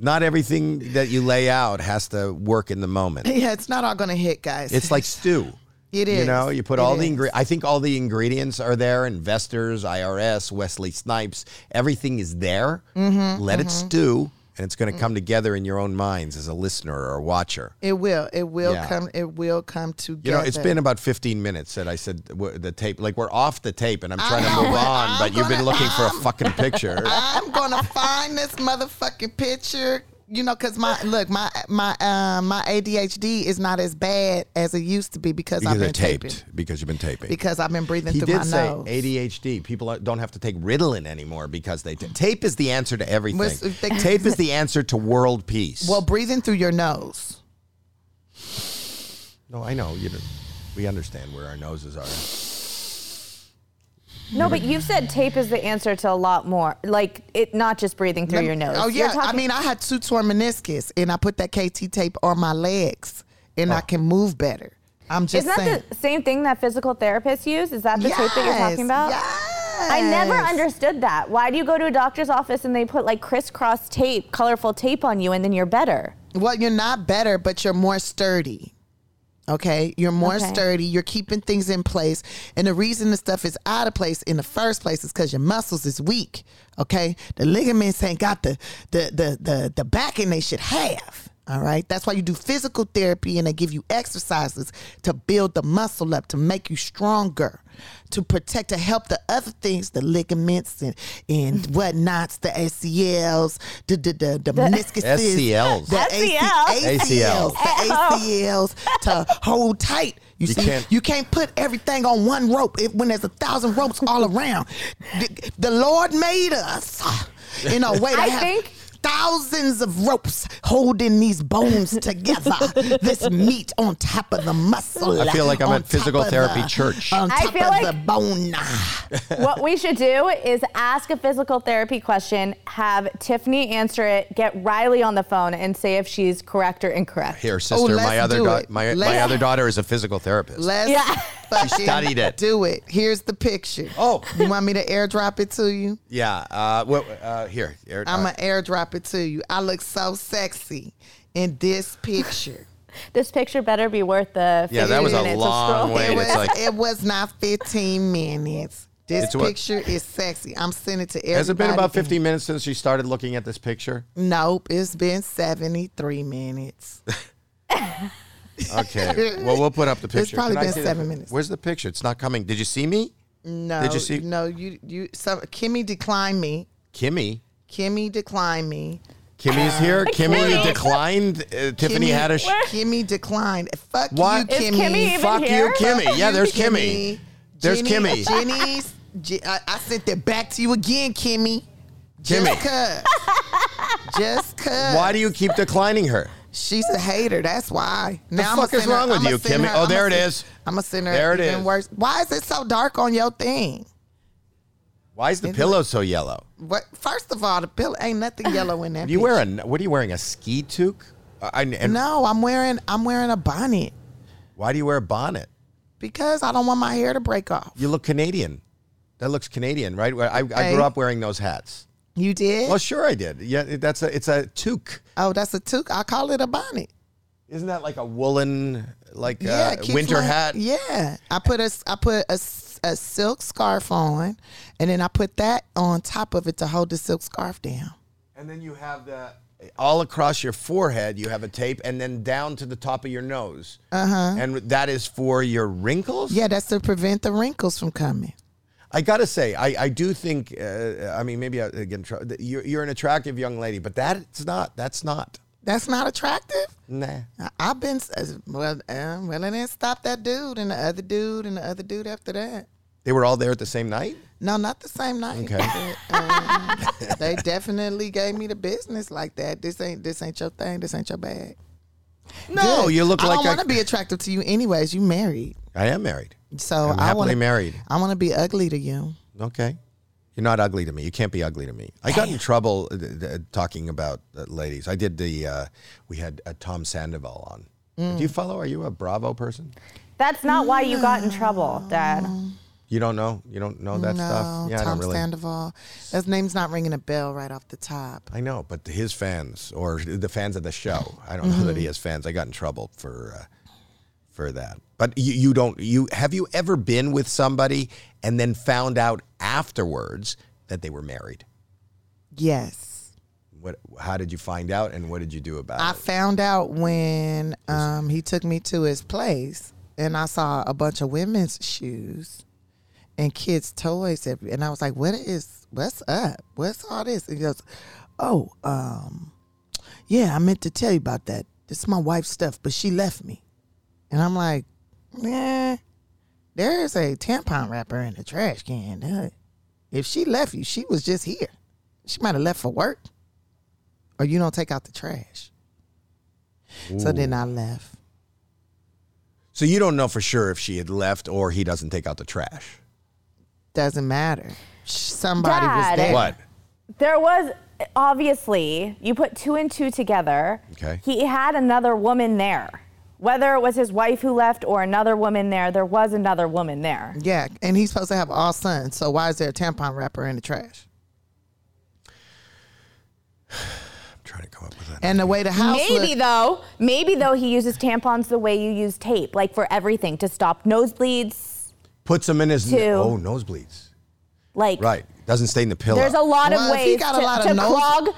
Speaker 6: Not everything that you lay out has to work in the moment.
Speaker 2: Yeah, it's not all gonna hit, guys.
Speaker 6: It's like stew.
Speaker 2: It
Speaker 6: You
Speaker 2: is.
Speaker 6: know, you put
Speaker 2: It
Speaker 6: all the
Speaker 2: is.
Speaker 6: ingre- I think all the ingredients are there. Investors, IRS, Wesley Snipes, everything is there.
Speaker 2: Mm-hmm,
Speaker 6: Let it stew, and it's
Speaker 2: Mm.
Speaker 6: going to come together in your own minds as a listener or a watcher.
Speaker 2: it will. It will
Speaker 6: Yeah.
Speaker 2: come. It will come
Speaker 6: You
Speaker 2: together.
Speaker 6: know, it's been about 15 minutes that I said w- the tape. Like we're off the tape, and I'm
Speaker 2: I
Speaker 6: trying to
Speaker 2: know,
Speaker 6: move
Speaker 2: but
Speaker 6: on.
Speaker 2: I'm
Speaker 6: but you've been
Speaker 2: gonna-
Speaker 6: looking for a fucking picture.
Speaker 2: I'm gonna find this motherfucking picture. You know, cause my look, my my um my ADHD is not as bad as it used to be because, I've
Speaker 6: because they're
Speaker 2: been
Speaker 6: taped.
Speaker 2: taping.
Speaker 6: Because you've been taping.
Speaker 2: Because I've been breathing
Speaker 6: he
Speaker 2: through
Speaker 6: did
Speaker 2: my
Speaker 6: say
Speaker 2: nose.
Speaker 6: ADHD. People are- don't have to take Ritalin anymore because they ta- tape is the answer to everything.
Speaker 2: Was- they-
Speaker 6: tape is the answer to world peace.
Speaker 2: Well, breathing through your nose.
Speaker 6: no, I know you. Don't, we understand where our noses are.
Speaker 3: No, but you've said tape is the answer to a lot more. Like it, not just breathing through your nose.
Speaker 2: Oh
Speaker 3: You're
Speaker 2: yeah, I
Speaker 3: talking-
Speaker 2: mean, I had two torn meniscus, and I put that KT tape on my legs, and I can move better. I'm just
Speaker 3: Oh. Isn't
Speaker 2: saying.
Speaker 3: that the same thing that physical therapists use? Is that the tape that you're talking about?
Speaker 2: Yes.
Speaker 3: I never understood that. Why do you go to a doctor's office and they put like crisscross tape, colorful tape on you, and then you're better?
Speaker 2: Well, you're not better, but you're more sturdy. Okay, you're more
Speaker 3: Okay.
Speaker 2: sturdy. You're keeping things in place, and the reason the stuff is out of place in the first place is because your muscles is weak. Okay, the ligaments ain't got the the the the, the backing they should have. All right, that's why you do physical therapy and they give you exercises to build the muscle up to make you stronger, to protect to help the other things, the ligaments and and whatnots, the ACLs, the the the, the, meniscuses,
Speaker 6: SCLs.
Speaker 2: the
Speaker 3: SCLs.
Speaker 6: ACLs.
Speaker 2: ACLs, the
Speaker 3: oh.
Speaker 2: ACLs to hold tight. You,
Speaker 6: You
Speaker 2: see,
Speaker 6: can't-
Speaker 2: you can't put everything on one rope if, when there's a thousand ropes all around. The, the Lord made us in a way to
Speaker 3: I
Speaker 2: have
Speaker 3: think-
Speaker 2: thousands of ropes holding these bones together. this meat on top of the muscle.
Speaker 6: I feel like I'm
Speaker 2: on
Speaker 6: at physical
Speaker 2: top of
Speaker 6: therapy
Speaker 2: the-
Speaker 6: church.
Speaker 2: On
Speaker 3: I
Speaker 2: top
Speaker 3: feel
Speaker 2: of
Speaker 3: like-
Speaker 2: the bone.
Speaker 3: what we should do is ask a physical therapy question, have Tiffany answer it, get Riley on the phone, and say if she's correct or incorrect.
Speaker 6: Here, sister,
Speaker 2: Oh, let's
Speaker 6: my other
Speaker 2: do
Speaker 6: da-
Speaker 2: it.
Speaker 6: my, my
Speaker 2: Let's-
Speaker 6: other daughter is a physical therapist.
Speaker 2: Let's
Speaker 3: Yeah.
Speaker 2: fucking
Speaker 6: studied it.
Speaker 2: do it. Here's the picture.
Speaker 6: Oh.
Speaker 2: You want me to airdrop it to you?
Speaker 6: yeah. Uh, well, uh, here. here,
Speaker 2: I'm
Speaker 6: uh,
Speaker 2: gonna airdrop it to you. I look so sexy in this picture.
Speaker 3: This picture better be worth the.
Speaker 6: Yeah, that was a
Speaker 3: 15 minutes of
Speaker 6: long
Speaker 3: scrolling.
Speaker 6: way.
Speaker 2: it
Speaker 6: Wait, it's
Speaker 2: was
Speaker 6: like-
Speaker 2: it was not 15 minutes. This
Speaker 6: It's what-
Speaker 2: picture is sexy. I'm sending it to everybody.
Speaker 6: has it been about 15 minutes since she started looking at this picture?
Speaker 2: Nope, it's been 73 minutes.
Speaker 6: Okay. well, we'll put up the picture.
Speaker 2: probably
Speaker 6: Can I
Speaker 2: been
Speaker 6: see
Speaker 2: seven
Speaker 6: the,
Speaker 2: minutes.
Speaker 6: Where's the picture? It's not coming. Did you see me?
Speaker 2: No,
Speaker 6: Did you see-
Speaker 2: No, you you. So Kimmy declined me.
Speaker 6: Kimmy.
Speaker 2: Kimmy declined me.
Speaker 6: Kimmy's here. Kimmy, you
Speaker 3: Kimmy.
Speaker 6: declined. Uh,
Speaker 2: Kimmy,
Speaker 6: Tiffany had a. Sh-
Speaker 2: Kimmy declined. Fuck
Speaker 6: Why-
Speaker 2: you,
Speaker 6: Is
Speaker 2: Kimmy.
Speaker 3: Kimmy even
Speaker 6: Fuck you,
Speaker 3: here?
Speaker 6: Kimmy. Yeah,
Speaker 2: You,
Speaker 6: there's Kimmy. There's
Speaker 2: Jenny-
Speaker 6: Kimmy.
Speaker 2: Jenny's. Je- I, I sent that back to you again, Kimmy.
Speaker 6: Kimmy.
Speaker 2: Just cuz. Just cuz.
Speaker 6: Why do you keep declining her?
Speaker 2: She's a hater. That's why. Now
Speaker 6: fuck is wrong with you, Kimmy? Oh, there it is.
Speaker 2: I'm going to send her
Speaker 6: There it
Speaker 2: even
Speaker 6: is.
Speaker 2: worse. Why is it so dark on your thing?
Speaker 6: Why is the
Speaker 2: Isn't
Speaker 6: pillow so yellow?
Speaker 2: What? First of all, the pillow ain't nothing yellow in that.
Speaker 6: You wear
Speaker 2: picture.
Speaker 6: a. What are you wearing? A ski toque? Uh, I, and
Speaker 2: No, I'm wearing I'm wearing a bonnet
Speaker 6: Why do you wear a bonnet?
Speaker 2: because I don't want my hair to break off.
Speaker 6: You look Canadian. That looks Canadian, right? Well, I, I grew
Speaker 2: Hey.
Speaker 6: up wearing those hats.
Speaker 2: You did?
Speaker 6: Well, sure I did. Yeah, it- that's a. It's a toque.
Speaker 2: Oh, that's a toque. I call it a bonnet.
Speaker 6: Isn't that like a woolen, like
Speaker 2: Yeah,
Speaker 6: uh,
Speaker 2: it keeps
Speaker 6: winter
Speaker 2: my-
Speaker 6: hat?
Speaker 2: Yeah, I put a s- I put a, s- a silk scarf on, and then I put that on top of it to hold the silk scarf down.
Speaker 6: And then you have the all across your forehead, you have a tape, and then down to the top of your nose. Uh huh. And that is for your wrinkles.
Speaker 2: Uh-huh. Yeah, that's to prevent the wrinkles from coming.
Speaker 6: I gotta say, I, I do think. Uh, I mean, maybe I get in trouble. You're, you're an attractive young lady, but that's not. That's not.
Speaker 2: That's not attractive.
Speaker 6: Nah.
Speaker 2: I- I've been s- as- well. Um, well, it didn't stop that dude and the other dude and the other dude after that.
Speaker 6: They were all there at the same night.
Speaker 2: No, not the same night.
Speaker 6: Okay.
Speaker 2: but, um, they definitely gave me the business like that. This ain't this ain't your thing. This ain't your bag.
Speaker 6: No,
Speaker 2: Good.
Speaker 6: you look
Speaker 2: I
Speaker 6: like
Speaker 2: don't
Speaker 6: a-
Speaker 2: want to be attractive to you, anyways. You married.
Speaker 6: I am married.
Speaker 2: So
Speaker 6: I'm
Speaker 2: I
Speaker 6: happily
Speaker 2: want to
Speaker 6: married.
Speaker 2: I want to be ugly to you.
Speaker 6: Okay. You're not ugly to me. You can't be ugly to me. I got in trouble uh, th- th- talking about uh, ladies. I did the. Uh, we had uh, Tom Sandoval on.
Speaker 2: Mm.
Speaker 6: Do you follow? Are you a Bravo person?
Speaker 3: That's not why you got in trouble, Dad.
Speaker 6: You don't know? You don't know that
Speaker 2: no,
Speaker 6: stuff? Yeah,
Speaker 2: Tom
Speaker 6: I don't really.
Speaker 2: Sandoval. That name's not ringing a bell right off the top.
Speaker 6: I know, but his fans or the fans of the show. I don't know
Speaker 2: Mm-hmm.
Speaker 6: that he has fans. I got in trouble for uh, for that. But you, you don't you have you ever been with somebody and then found out afterwards that they were married?
Speaker 2: Yes,
Speaker 6: What how did you find out and what did you do about
Speaker 2: I
Speaker 6: it?
Speaker 2: found out when um, he took me to his place, and I saw a bunch of women's shoes and kids' toys, every- and I was like, "What is? What's up? What's all this?" And he goes, "Oh, um, yeah, I meant to tell you about that. It's my wife's stuff, but she left me." And I'm like, "Nah, there's a tampon wrapper in the trash can. huh? If she left you, she was just here. She might have left for work, or you don't take out the trash." So then I left.
Speaker 6: so you don't know for sure if she had left or he doesn't take out the trash.
Speaker 2: Doesn't matter. Somebody was
Speaker 3: Dad.
Speaker 2: there.
Speaker 6: What?
Speaker 3: There was obviously you put two and two together.
Speaker 6: Okay.
Speaker 3: He had another woman there. Whether it was his wife who left or another woman there, there was another woman there.
Speaker 2: Yeah, and he's supposed to have all sons. So why is there a tampon wrapper in the trash?
Speaker 6: I'm trying to come up with that.
Speaker 2: And the way the house
Speaker 3: Maybe
Speaker 2: looked,
Speaker 3: though, maybe though he uses tampons the way you use tape, like for everything to stop nosebleeds.
Speaker 6: Puts him in his
Speaker 3: Two.
Speaker 6: oh nosebleeds.
Speaker 3: Like
Speaker 6: Right. Doesn't stay in the pillow.
Speaker 3: there's a lot
Speaker 2: Well,
Speaker 3: of
Speaker 2: if he
Speaker 3: ways
Speaker 2: got a
Speaker 3: to,
Speaker 2: lot of
Speaker 3: to
Speaker 2: nose-
Speaker 3: clog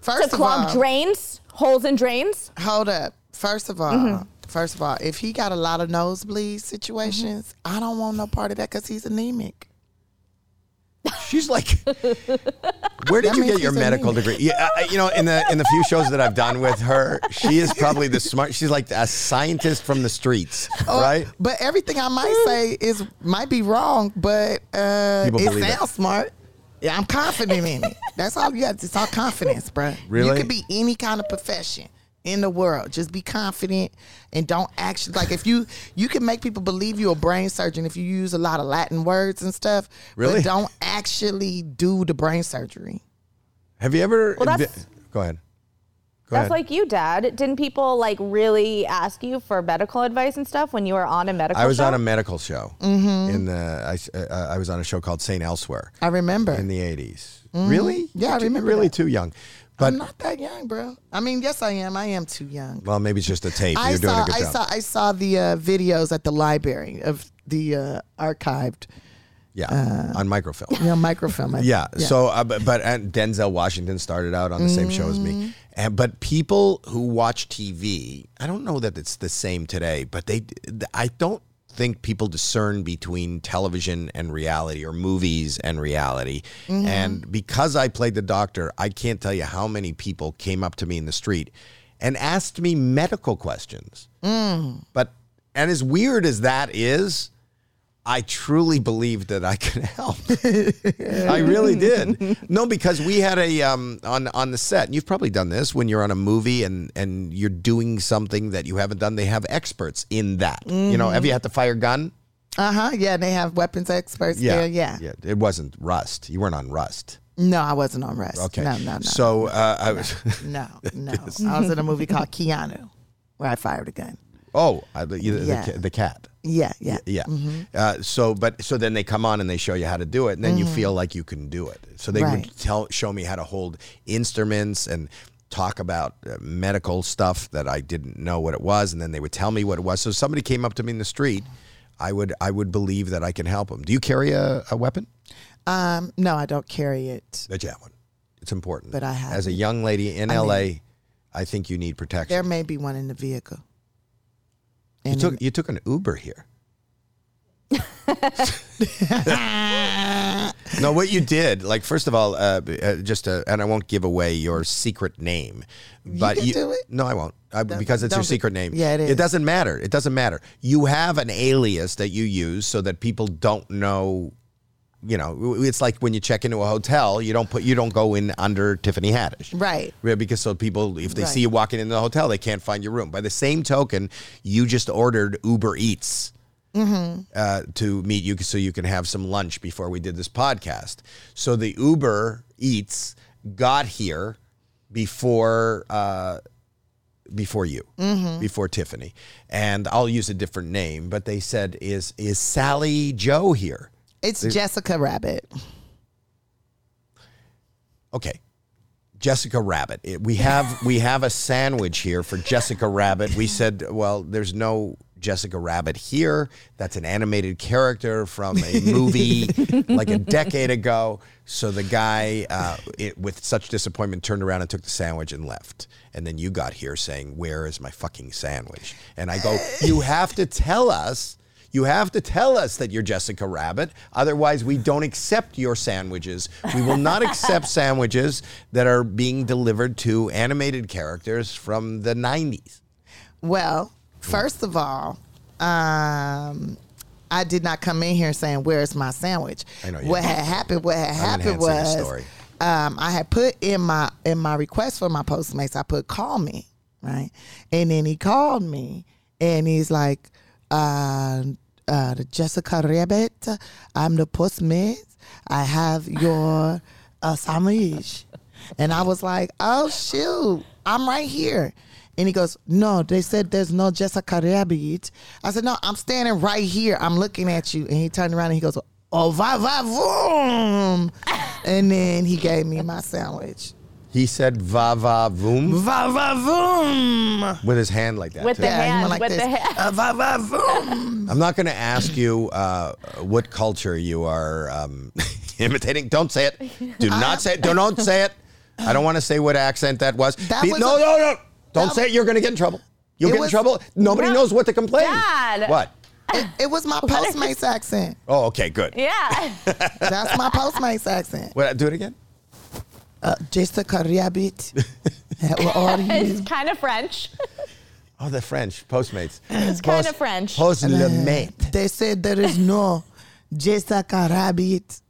Speaker 2: First of
Speaker 3: to clog
Speaker 2: all-
Speaker 3: drains, holes in drains.
Speaker 2: hold up. First of all, first of all, if he got a lot of nosebleed situations, I don't want no part of that because he's anemic.
Speaker 6: She's like, where did
Speaker 2: That
Speaker 6: you
Speaker 2: means
Speaker 6: get
Speaker 2: she's
Speaker 6: your
Speaker 2: a
Speaker 6: medical
Speaker 2: maniac.
Speaker 6: degree? Yeah, I- I- you know, in the in the few shows that I've done with her, she is probably the smart. She's like a scientist from the streets,
Speaker 3: Oh.
Speaker 6: right?
Speaker 2: But everything I might say is might be wrong, but uh,
Speaker 6: People
Speaker 2: it
Speaker 6: believe it.
Speaker 2: sounds smart. Yeah, I'm confident in it. That's all you got. It's all confidence, bruh. You
Speaker 6: Really?
Speaker 2: could be any kind of profession in the world. Just be confident and don't actually like if you you can make people believe you're a brain surgeon if you use a lot of Latin words and stuff.
Speaker 6: Really?
Speaker 2: But don't actually do the brain surgery.
Speaker 6: Have you ever?
Speaker 3: Well, that's-
Speaker 6: go ahead. Go
Speaker 3: That's
Speaker 6: ahead.
Speaker 3: like you, Dad. Didn't people like really ask you for medical advice and stuff when you were on a medical?
Speaker 6: I was
Speaker 3: show? Mm-hmm.
Speaker 6: on a medical show. In the, I, uh, I was on a show called Saint Elsewhere
Speaker 2: I remember.
Speaker 6: in the '80s. Really?
Speaker 2: Mm. Yeah, I
Speaker 6: You're
Speaker 2: remember
Speaker 6: Really
Speaker 2: that.
Speaker 6: too young, but
Speaker 2: I'm not that young, bro. I mean, yes I am. I am too young.
Speaker 6: well, maybe it's just a tape.
Speaker 2: I
Speaker 6: You're
Speaker 2: saw,
Speaker 6: doing a good
Speaker 2: I
Speaker 6: job.
Speaker 2: saw, I saw the uh, videos at the library of the uh, archived
Speaker 6: yeah,
Speaker 2: Uh.
Speaker 6: on microfilm.
Speaker 2: you know, microfilm. I-
Speaker 6: Yeah. So, uh, but, but and Denzel Washington started out on the same show as me. And, but people who watch TV, I don't know that it's the same today, but they, I don't think people discern between television and reality or movies and reality. And because I played the doctor, I can't tell you how many people came up to me in the street and asked me medical questions. But, and as weird as that is, I truly believed that I could help. I really did. No, because we had a um, on on the set. And you've probably done this when you're on a movie and and you're doing something that you haven't done. They have experts in that. You know, have you had to fire gun?
Speaker 2: Uh huh. Yeah, and they have weapons experts there. Yeah.
Speaker 6: yeah. It wasn't rust. You weren't on rust.
Speaker 2: No, I wasn't on rest.
Speaker 6: Okay.
Speaker 2: No, no, no.
Speaker 6: So uh, I was.
Speaker 2: no, no. I was in a movie called Keanu, where I fired a gun.
Speaker 6: Oh, I, the, the,
Speaker 2: Yeah.
Speaker 6: the, the cat.
Speaker 2: Yeah, yeah.
Speaker 6: Yeah.
Speaker 2: Mm-hmm.
Speaker 6: Uh, so, but so then they come on and they show you how to do it, and then you feel like you can do it. So they
Speaker 2: Mm-hmm. Right.
Speaker 6: would tell, show me how to hold instruments and talk about uh, medical stuff that I didn't know what it was, and then they would tell me what it was. So somebody came up to me in the street. I would, I would believe that I can help them. Do you carry a, a weapon?
Speaker 2: Um, no, I don't carry it.
Speaker 6: That you have one. It's important.
Speaker 2: But I
Speaker 6: as a
Speaker 2: haven't.
Speaker 6: young lady in LA, I think you need protection.
Speaker 2: There may be one in the vehicle.
Speaker 6: You took, you took an Uber here. no, what you did, like, first of all, uh, b- uh, just, uh, and I won't give away your secret name, but
Speaker 2: can do it.
Speaker 6: No, I won't, I, because it's your
Speaker 2: don't do-
Speaker 6: secret name.
Speaker 2: Yeah, it is.
Speaker 6: It doesn't matter. It doesn't matter. You have an alias that you use so that people don't know. You know, w- it's like when you check into a hotel, you don't put, you don't go in under Tiffany Haddish,
Speaker 2: Right.
Speaker 6: yeah, because so people, if they
Speaker 2: Right.
Speaker 6: see you walking into the hotel, they can't find your room. By the same token, you just ordered Uber Eats uh, to meet you so you can have some lunch before we did this podcast. So the Uber Eats got here before uh, before you,
Speaker 2: Mm-hmm.
Speaker 6: before Tiffany, and I'll use a different name, but they said, "Is is Sally Joe here?"
Speaker 2: It's Jessica Rabbit.
Speaker 6: Okay. Jessica Rabbit. It- We have we have a sandwich here for Jessica Rabbit. We said, well, there's no Jessica Rabbit here. That's an animated character from a movie like a decade ago. So the guy, uh, it, with such disappointment, turned around and took the sandwich and left. And then you got here saying, "Where is my fucking sandwich?" And I go, "You have to tell us." You have to tell us that you're Jessica Rabbit. Otherwise, we don't accept your sandwiches. We will not accept sandwiches that are being delivered to animated characters from the 90s.
Speaker 2: Well, first of all, um, I did not come in here saying, "Where's my sandwich?"
Speaker 6: I know you
Speaker 2: what
Speaker 6: didn't.
Speaker 2: had happened. What had happened
Speaker 6: enhancing the
Speaker 2: was,
Speaker 6: story.
Speaker 2: Um, I had put in my in my request for my Postmates. I put "call me," right, and then he called me, and he's like, uh, uh, "Jessica Rabbit, I'm the postmate. I have your uh, sandwich," and I was like, "Oh shoot, I'm right here." And he goes, No, they said there's no Jessica Rabbit. I said, No, I'm standing right here. I'm looking at you. And he turned around and he goes, Oh, va, va, voom. And then he gave me my sandwich.
Speaker 6: He said va va voom
Speaker 2: Va, va, voom.
Speaker 6: with his hand like that.
Speaker 3: With
Speaker 6: too.
Speaker 3: the
Speaker 2: he
Speaker 3: hand,
Speaker 2: went like
Speaker 3: with
Speaker 2: this.
Speaker 3: the hand.
Speaker 2: "Uh, va, va, voom.
Speaker 6: I'm not going to ask you uh, what culture you are um, imitating. Don't say it. Do not say it. Don't, don't say it. I don't want to say what accent that was.
Speaker 2: That was
Speaker 6: no,
Speaker 2: a-
Speaker 6: no, no. Don't
Speaker 2: that-
Speaker 6: say it. You're going to get in trouble. You'll
Speaker 2: It
Speaker 6: get in
Speaker 2: was-
Speaker 6: trouble. Nobody
Speaker 3: No.
Speaker 6: knows what to complain.
Speaker 3: Dad.
Speaker 6: What?
Speaker 2: It, it was my Postmates accent.
Speaker 6: Oh, okay, good.
Speaker 3: Yeah.
Speaker 2: That's my Postmates accent.
Speaker 6: What, do it again.
Speaker 2: Uh, Jessica Rabbit. What are you?
Speaker 3: it's kind of French.
Speaker 6: Oh, the French Postmates. It's
Speaker 3: kinda French.
Speaker 6: Post le mate.
Speaker 2: They said there is no Jessica Rabbit.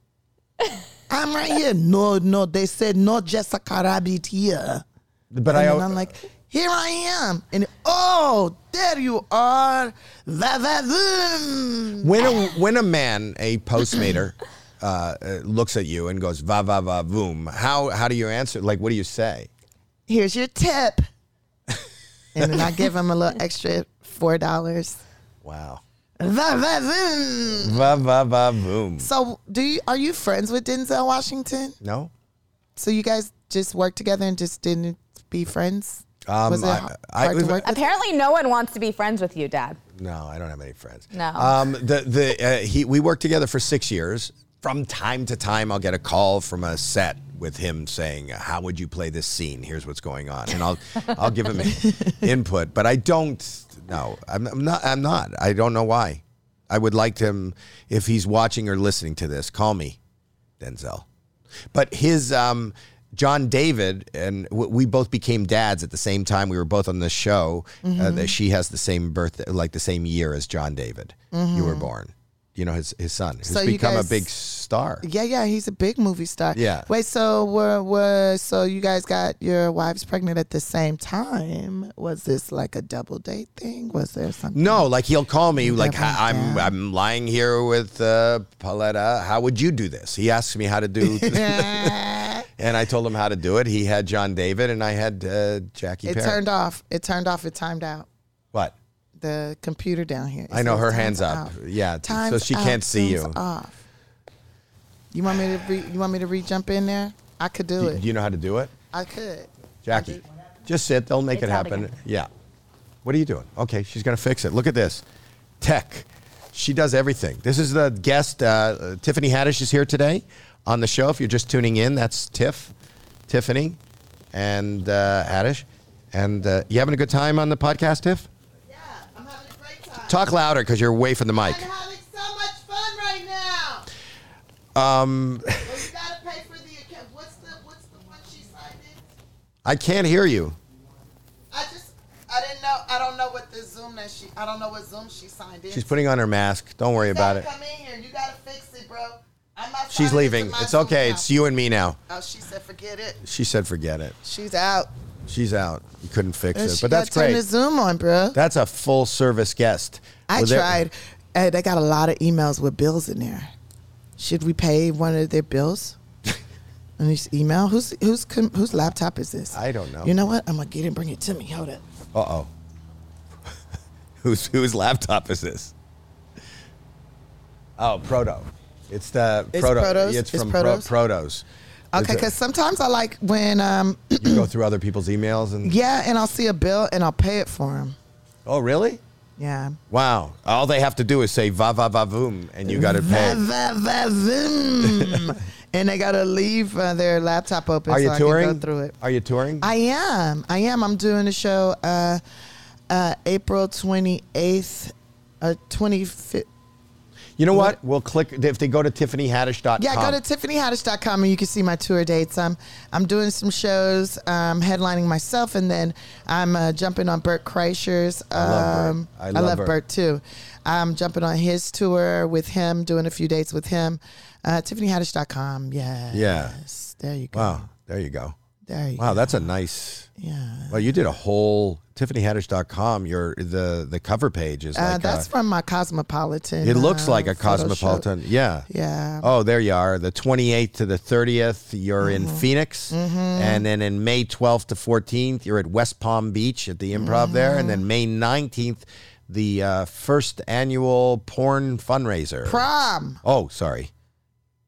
Speaker 2: I'm right here. No, no. They said no Jessica Rabbit here.
Speaker 6: But I,
Speaker 2: And then I'm like, here I am. And oh, there you are. Va, va, voom.
Speaker 6: when a when a man, a postmater, uh, uh, looks at you and goes va va va voom, how how do you answer? Like, what do you say?
Speaker 2: Here's your tip. and then I give him a little extra four dollars.
Speaker 6: Wow.
Speaker 2: Va, va, voom.
Speaker 6: Va va va voom.
Speaker 2: So do you are you friends with Denzel Washington?
Speaker 6: No.
Speaker 2: So you guys just worked together and just didn't be friends?
Speaker 6: Um,
Speaker 2: Was it
Speaker 6: I-
Speaker 2: hard
Speaker 6: I-
Speaker 2: to work with?
Speaker 3: Apparently, no one wants to be friends with you, Dad.
Speaker 6: No, I don't have any friends.
Speaker 3: No.
Speaker 6: Um, the the uh, he we worked together for six years. From time to time, I'll get a call from a set with him saying, "How would you play this scene? Here's what's going on," and I'll I'll give him in- input. But I don't. No, I'm, I'm not. I'm not. I don't know why. I would like him if he's watching or listening to this. Call me, Denzel. But his um, John David and w- we both became dads at the same time. We were both on this show.
Speaker 2: Mm-hmm.
Speaker 6: Uh, that she has the same birth, like the same year as John David. You were born. You know his his son, who's
Speaker 2: Mm-hmm. So you
Speaker 6: become a
Speaker 2: guys-
Speaker 6: big star.
Speaker 2: Yeah, yeah, he's a big movie star.
Speaker 6: Yeah.
Speaker 2: Wait, so were, were so you guys got your wives pregnant at the same time? Was this like a double date thing? Was there something?
Speaker 6: No, like he'll call me, like
Speaker 2: Different,
Speaker 6: "Hi- I'm
Speaker 2: yeah.
Speaker 6: I'm lying here with uh, Paletta. How would you do this? He asks me how to do, and I told him how to do it. He had John David, and I had uh, Jackie.
Speaker 2: It
Speaker 6: Perry.
Speaker 2: turned off. It turned off. It timed out.
Speaker 6: What?
Speaker 2: The computer down here. It
Speaker 6: I know
Speaker 2: says
Speaker 6: her
Speaker 2: time's
Speaker 6: hands up.
Speaker 2: out.
Speaker 6: Yeah, t- so
Speaker 2: Time's
Speaker 6: she
Speaker 2: out,
Speaker 6: can't see
Speaker 2: time's
Speaker 6: you.
Speaker 2: Off. You want me to re, you want me to re jump in there? I could do
Speaker 6: Do
Speaker 2: it.
Speaker 6: you know how to do it?
Speaker 2: I could.
Speaker 6: Jackie, just sit. They'll make
Speaker 3: It's
Speaker 6: it
Speaker 3: out
Speaker 6: happen.
Speaker 3: again.
Speaker 6: Yeah. What are you doing? Okay, she's going to fix it. Look at this. Tech. She does everything. This is the guest. Uh, Tiffany Haddish is here today on the show. If you're just tuning in, that's Tiff, Tiffany, and uh, Haddish. And uh, you having a good time on the podcast, Tiff?
Speaker 2: Yeah, I'm having a great time.
Speaker 6: Talk louder because you're away from the mic.
Speaker 2: having so much fun right now. Um. you gotta pay for the account. What's the What's the one she signed in?
Speaker 6: I can't hear you.
Speaker 2: I just I didn't know. I don't know what the Zoom that she. I don't know what Zoom she signed in.
Speaker 6: She's putting on her mask. Don't worry about it.
Speaker 2: Come in here. You gotta fix it, bro. I'm not.
Speaker 6: She's
Speaker 2: signing into
Speaker 6: leaving.
Speaker 2: my
Speaker 6: It's
Speaker 2: Zoom
Speaker 6: okay.
Speaker 2: now.
Speaker 6: It's you and me now.
Speaker 2: Oh, she said forget it.
Speaker 6: She said, forget it.
Speaker 2: She's out.
Speaker 6: She's out. You couldn't fix it.
Speaker 2: She
Speaker 6: But that's
Speaker 2: gotta Turn
Speaker 6: great.
Speaker 2: the Zoom on, bro.
Speaker 6: That's a full service guest.
Speaker 2: I
Speaker 6: Well, there-
Speaker 2: tried. Hey, they got a lot of emails with bills in there. Should we pay one of their bills? and this email, whose whose com- whose laptop is this?
Speaker 6: I don't know.
Speaker 2: You know what? I'm gonna get it and bring it to me. Hold up.
Speaker 6: Uh oh. Whose whose laptop is this? Oh, Proto. It's the
Speaker 2: It's
Speaker 6: proto.
Speaker 2: protos?
Speaker 6: It's
Speaker 2: It's
Speaker 6: from pro-
Speaker 2: protos?
Speaker 6: protos.
Speaker 2: Okay,
Speaker 6: It's a-
Speaker 2: because sometimes I like when, um,
Speaker 6: you go through other people's emails and.
Speaker 2: yeah, and I'll see a bill and I'll pay it for them.
Speaker 6: Oh, really?
Speaker 2: Yeah.
Speaker 6: Wow. All they have to do is say va va va voom, and you got it
Speaker 2: Va,
Speaker 6: paid.
Speaker 2: va, va, zoom. and they gotta leave uh, their laptop open.
Speaker 6: Are you
Speaker 2: so I
Speaker 6: touring?
Speaker 2: can go through it.
Speaker 6: Are you touring?
Speaker 2: I am. I am. I'm doing a show uh, uh, April 28th, uh, 25th.
Speaker 6: you know what? We'll click if they go to TiffanyHaddish.com.
Speaker 2: Yeah, go to tiffanyhaddish.com and you can see my tour dates. Um, I'm doing some shows, um, headlining myself, and then I'm uh, jumping on Burt Kreischer's.
Speaker 6: love Burt.
Speaker 2: Um,
Speaker 6: I love Burt.
Speaker 2: Burt. too. I'm jumping on his tour with him, doing a few dates with him. Uh, tiffanyhaddish.com. Yes. There you go.
Speaker 6: Wow. Oh, There you go.
Speaker 2: There you
Speaker 6: Wow,
Speaker 2: go.
Speaker 6: that's a nice.
Speaker 2: Yeah.
Speaker 6: Well, you did a whole TiffanyHaddish.com. Your the the cover page is
Speaker 2: Uh,
Speaker 6: like
Speaker 2: that's
Speaker 6: a,
Speaker 2: from my Cosmopolitan.
Speaker 6: it looks
Speaker 2: uh,
Speaker 6: like a
Speaker 2: photo shoot.
Speaker 6: cosmopolitan. Yeah.
Speaker 2: Yeah.
Speaker 6: Oh, there you are. The 28th to the 30th, you're
Speaker 2: Mm-hmm.
Speaker 6: in Phoenix. And then in May 12th to 14th, you're at West Palm Beach at the improv there. And then May 19th, the uh, first annual porn fundraiser.
Speaker 2: Prom.
Speaker 6: oh, sorry.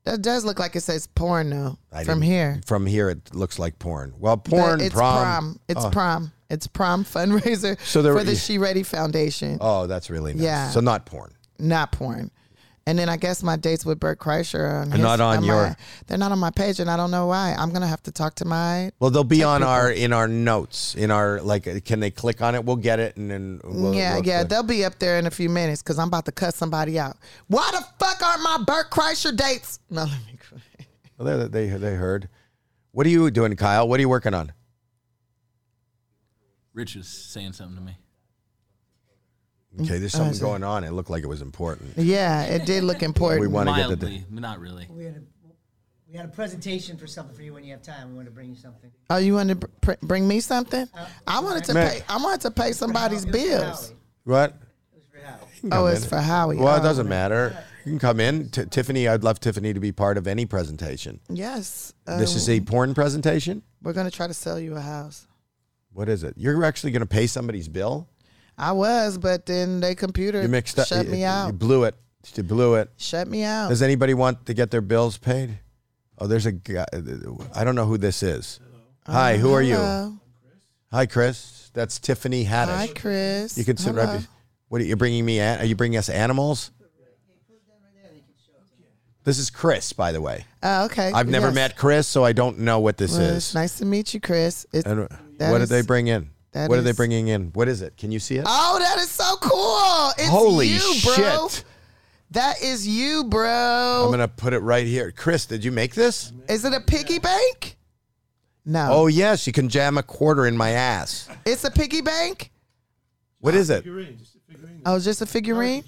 Speaker 2: That does look like it says porn though.
Speaker 6: I
Speaker 2: from
Speaker 6: didn't-
Speaker 2: here.
Speaker 6: From here, it looks like porn. Well,
Speaker 2: But
Speaker 6: porn,
Speaker 2: it's
Speaker 6: prom.
Speaker 2: It's
Speaker 6: oh.
Speaker 2: prom. It's prom fundraiser
Speaker 6: So there-
Speaker 2: for the She Ready Foundation.
Speaker 6: Oh, that's really nice.
Speaker 2: Yeah.
Speaker 6: So, not porn.
Speaker 2: Not porn. And then I guess my dates with Bert Kreischer on
Speaker 6: They're not on
Speaker 2: my-
Speaker 6: your-
Speaker 2: they're not on my page and I don't know why. I'm gonna have to talk to my
Speaker 6: Well, they'll be on our in our notes in our like. uh, Can they click on it? We'll get it, and then we'll,
Speaker 2: yeah,
Speaker 6: we'll
Speaker 2: yeah,
Speaker 6: click.
Speaker 2: they'll be up there in a few minutes because I'm about to cut somebody out. Why the fuck aren't my Bert Kreischer dates? No, let me. quit.
Speaker 6: Well, they, they they heard. What are you doing, Kyle? What are you working on?
Speaker 8: Rich is saying something to me.
Speaker 6: Okay,
Speaker 2: Mm.
Speaker 6: there's something going on. It looked like it was important.
Speaker 2: Yeah, it did look important.
Speaker 6: We want to get the.
Speaker 8: Mildly, not really.
Speaker 9: We had a we had a presentation for something for you when you have time. We want to bring you something.
Speaker 2: Oh, you want to br- pr- bring me something? I wanted to
Speaker 6: Man.
Speaker 2: pay. I wanted to pay somebody's
Speaker 9: It was for
Speaker 2: bills.
Speaker 9: Howie.
Speaker 6: What?
Speaker 2: Oh, it's for Howie.
Speaker 6: Well, it
Speaker 2: Oh,
Speaker 6: doesn't matter. You can come in, T- Tiffany. I'd love Tiffany to be part of any presentation.
Speaker 2: Yes. Uh,
Speaker 6: this is a porn presentation.
Speaker 2: We're gonna try to sell you a house.
Speaker 6: What is it? You're actually going to pay somebody's bill?
Speaker 2: I was, but then they computer
Speaker 6: You mixed up.
Speaker 2: shut
Speaker 6: you-
Speaker 2: me
Speaker 6: You
Speaker 2: out.
Speaker 6: blew it. You blew it.
Speaker 2: Shut me out.
Speaker 6: Does anybody want to get their bills paid? Oh, there's a guy. I don't know who this is. Hi, who are you?
Speaker 2: Hello.
Speaker 6: Hi, Chris. That's Tiffany Haddish.
Speaker 2: Hi, Chris.
Speaker 6: You can sit
Speaker 2: Hello.
Speaker 6: right. Be- what are you bringing me? An- are you bringing us animals? This is Chris, by the way.
Speaker 2: Oh, okay.
Speaker 6: I've never
Speaker 2: Yes.
Speaker 6: met Chris, so I don't know what this
Speaker 2: Well, it's
Speaker 6: is.
Speaker 2: nice to meet you, Chris. It's,
Speaker 6: And uh,
Speaker 2: that
Speaker 6: what
Speaker 2: is-
Speaker 6: did they bring in?
Speaker 2: that
Speaker 6: What are they
Speaker 2: is-
Speaker 6: bringing in? What is it? Can you see it?
Speaker 2: Oh, that is so cool! It's
Speaker 6: Holy
Speaker 2: you, bro.
Speaker 6: shit!
Speaker 2: That is you, bro.
Speaker 6: I'm gonna put it right here. Chris, did you make this?
Speaker 2: is it a piggy bank? No.
Speaker 6: Oh yes, you can jam a quarter in my ass.
Speaker 2: It's a piggy bank?
Speaker 6: What is it?
Speaker 2: Oh, just a figurine?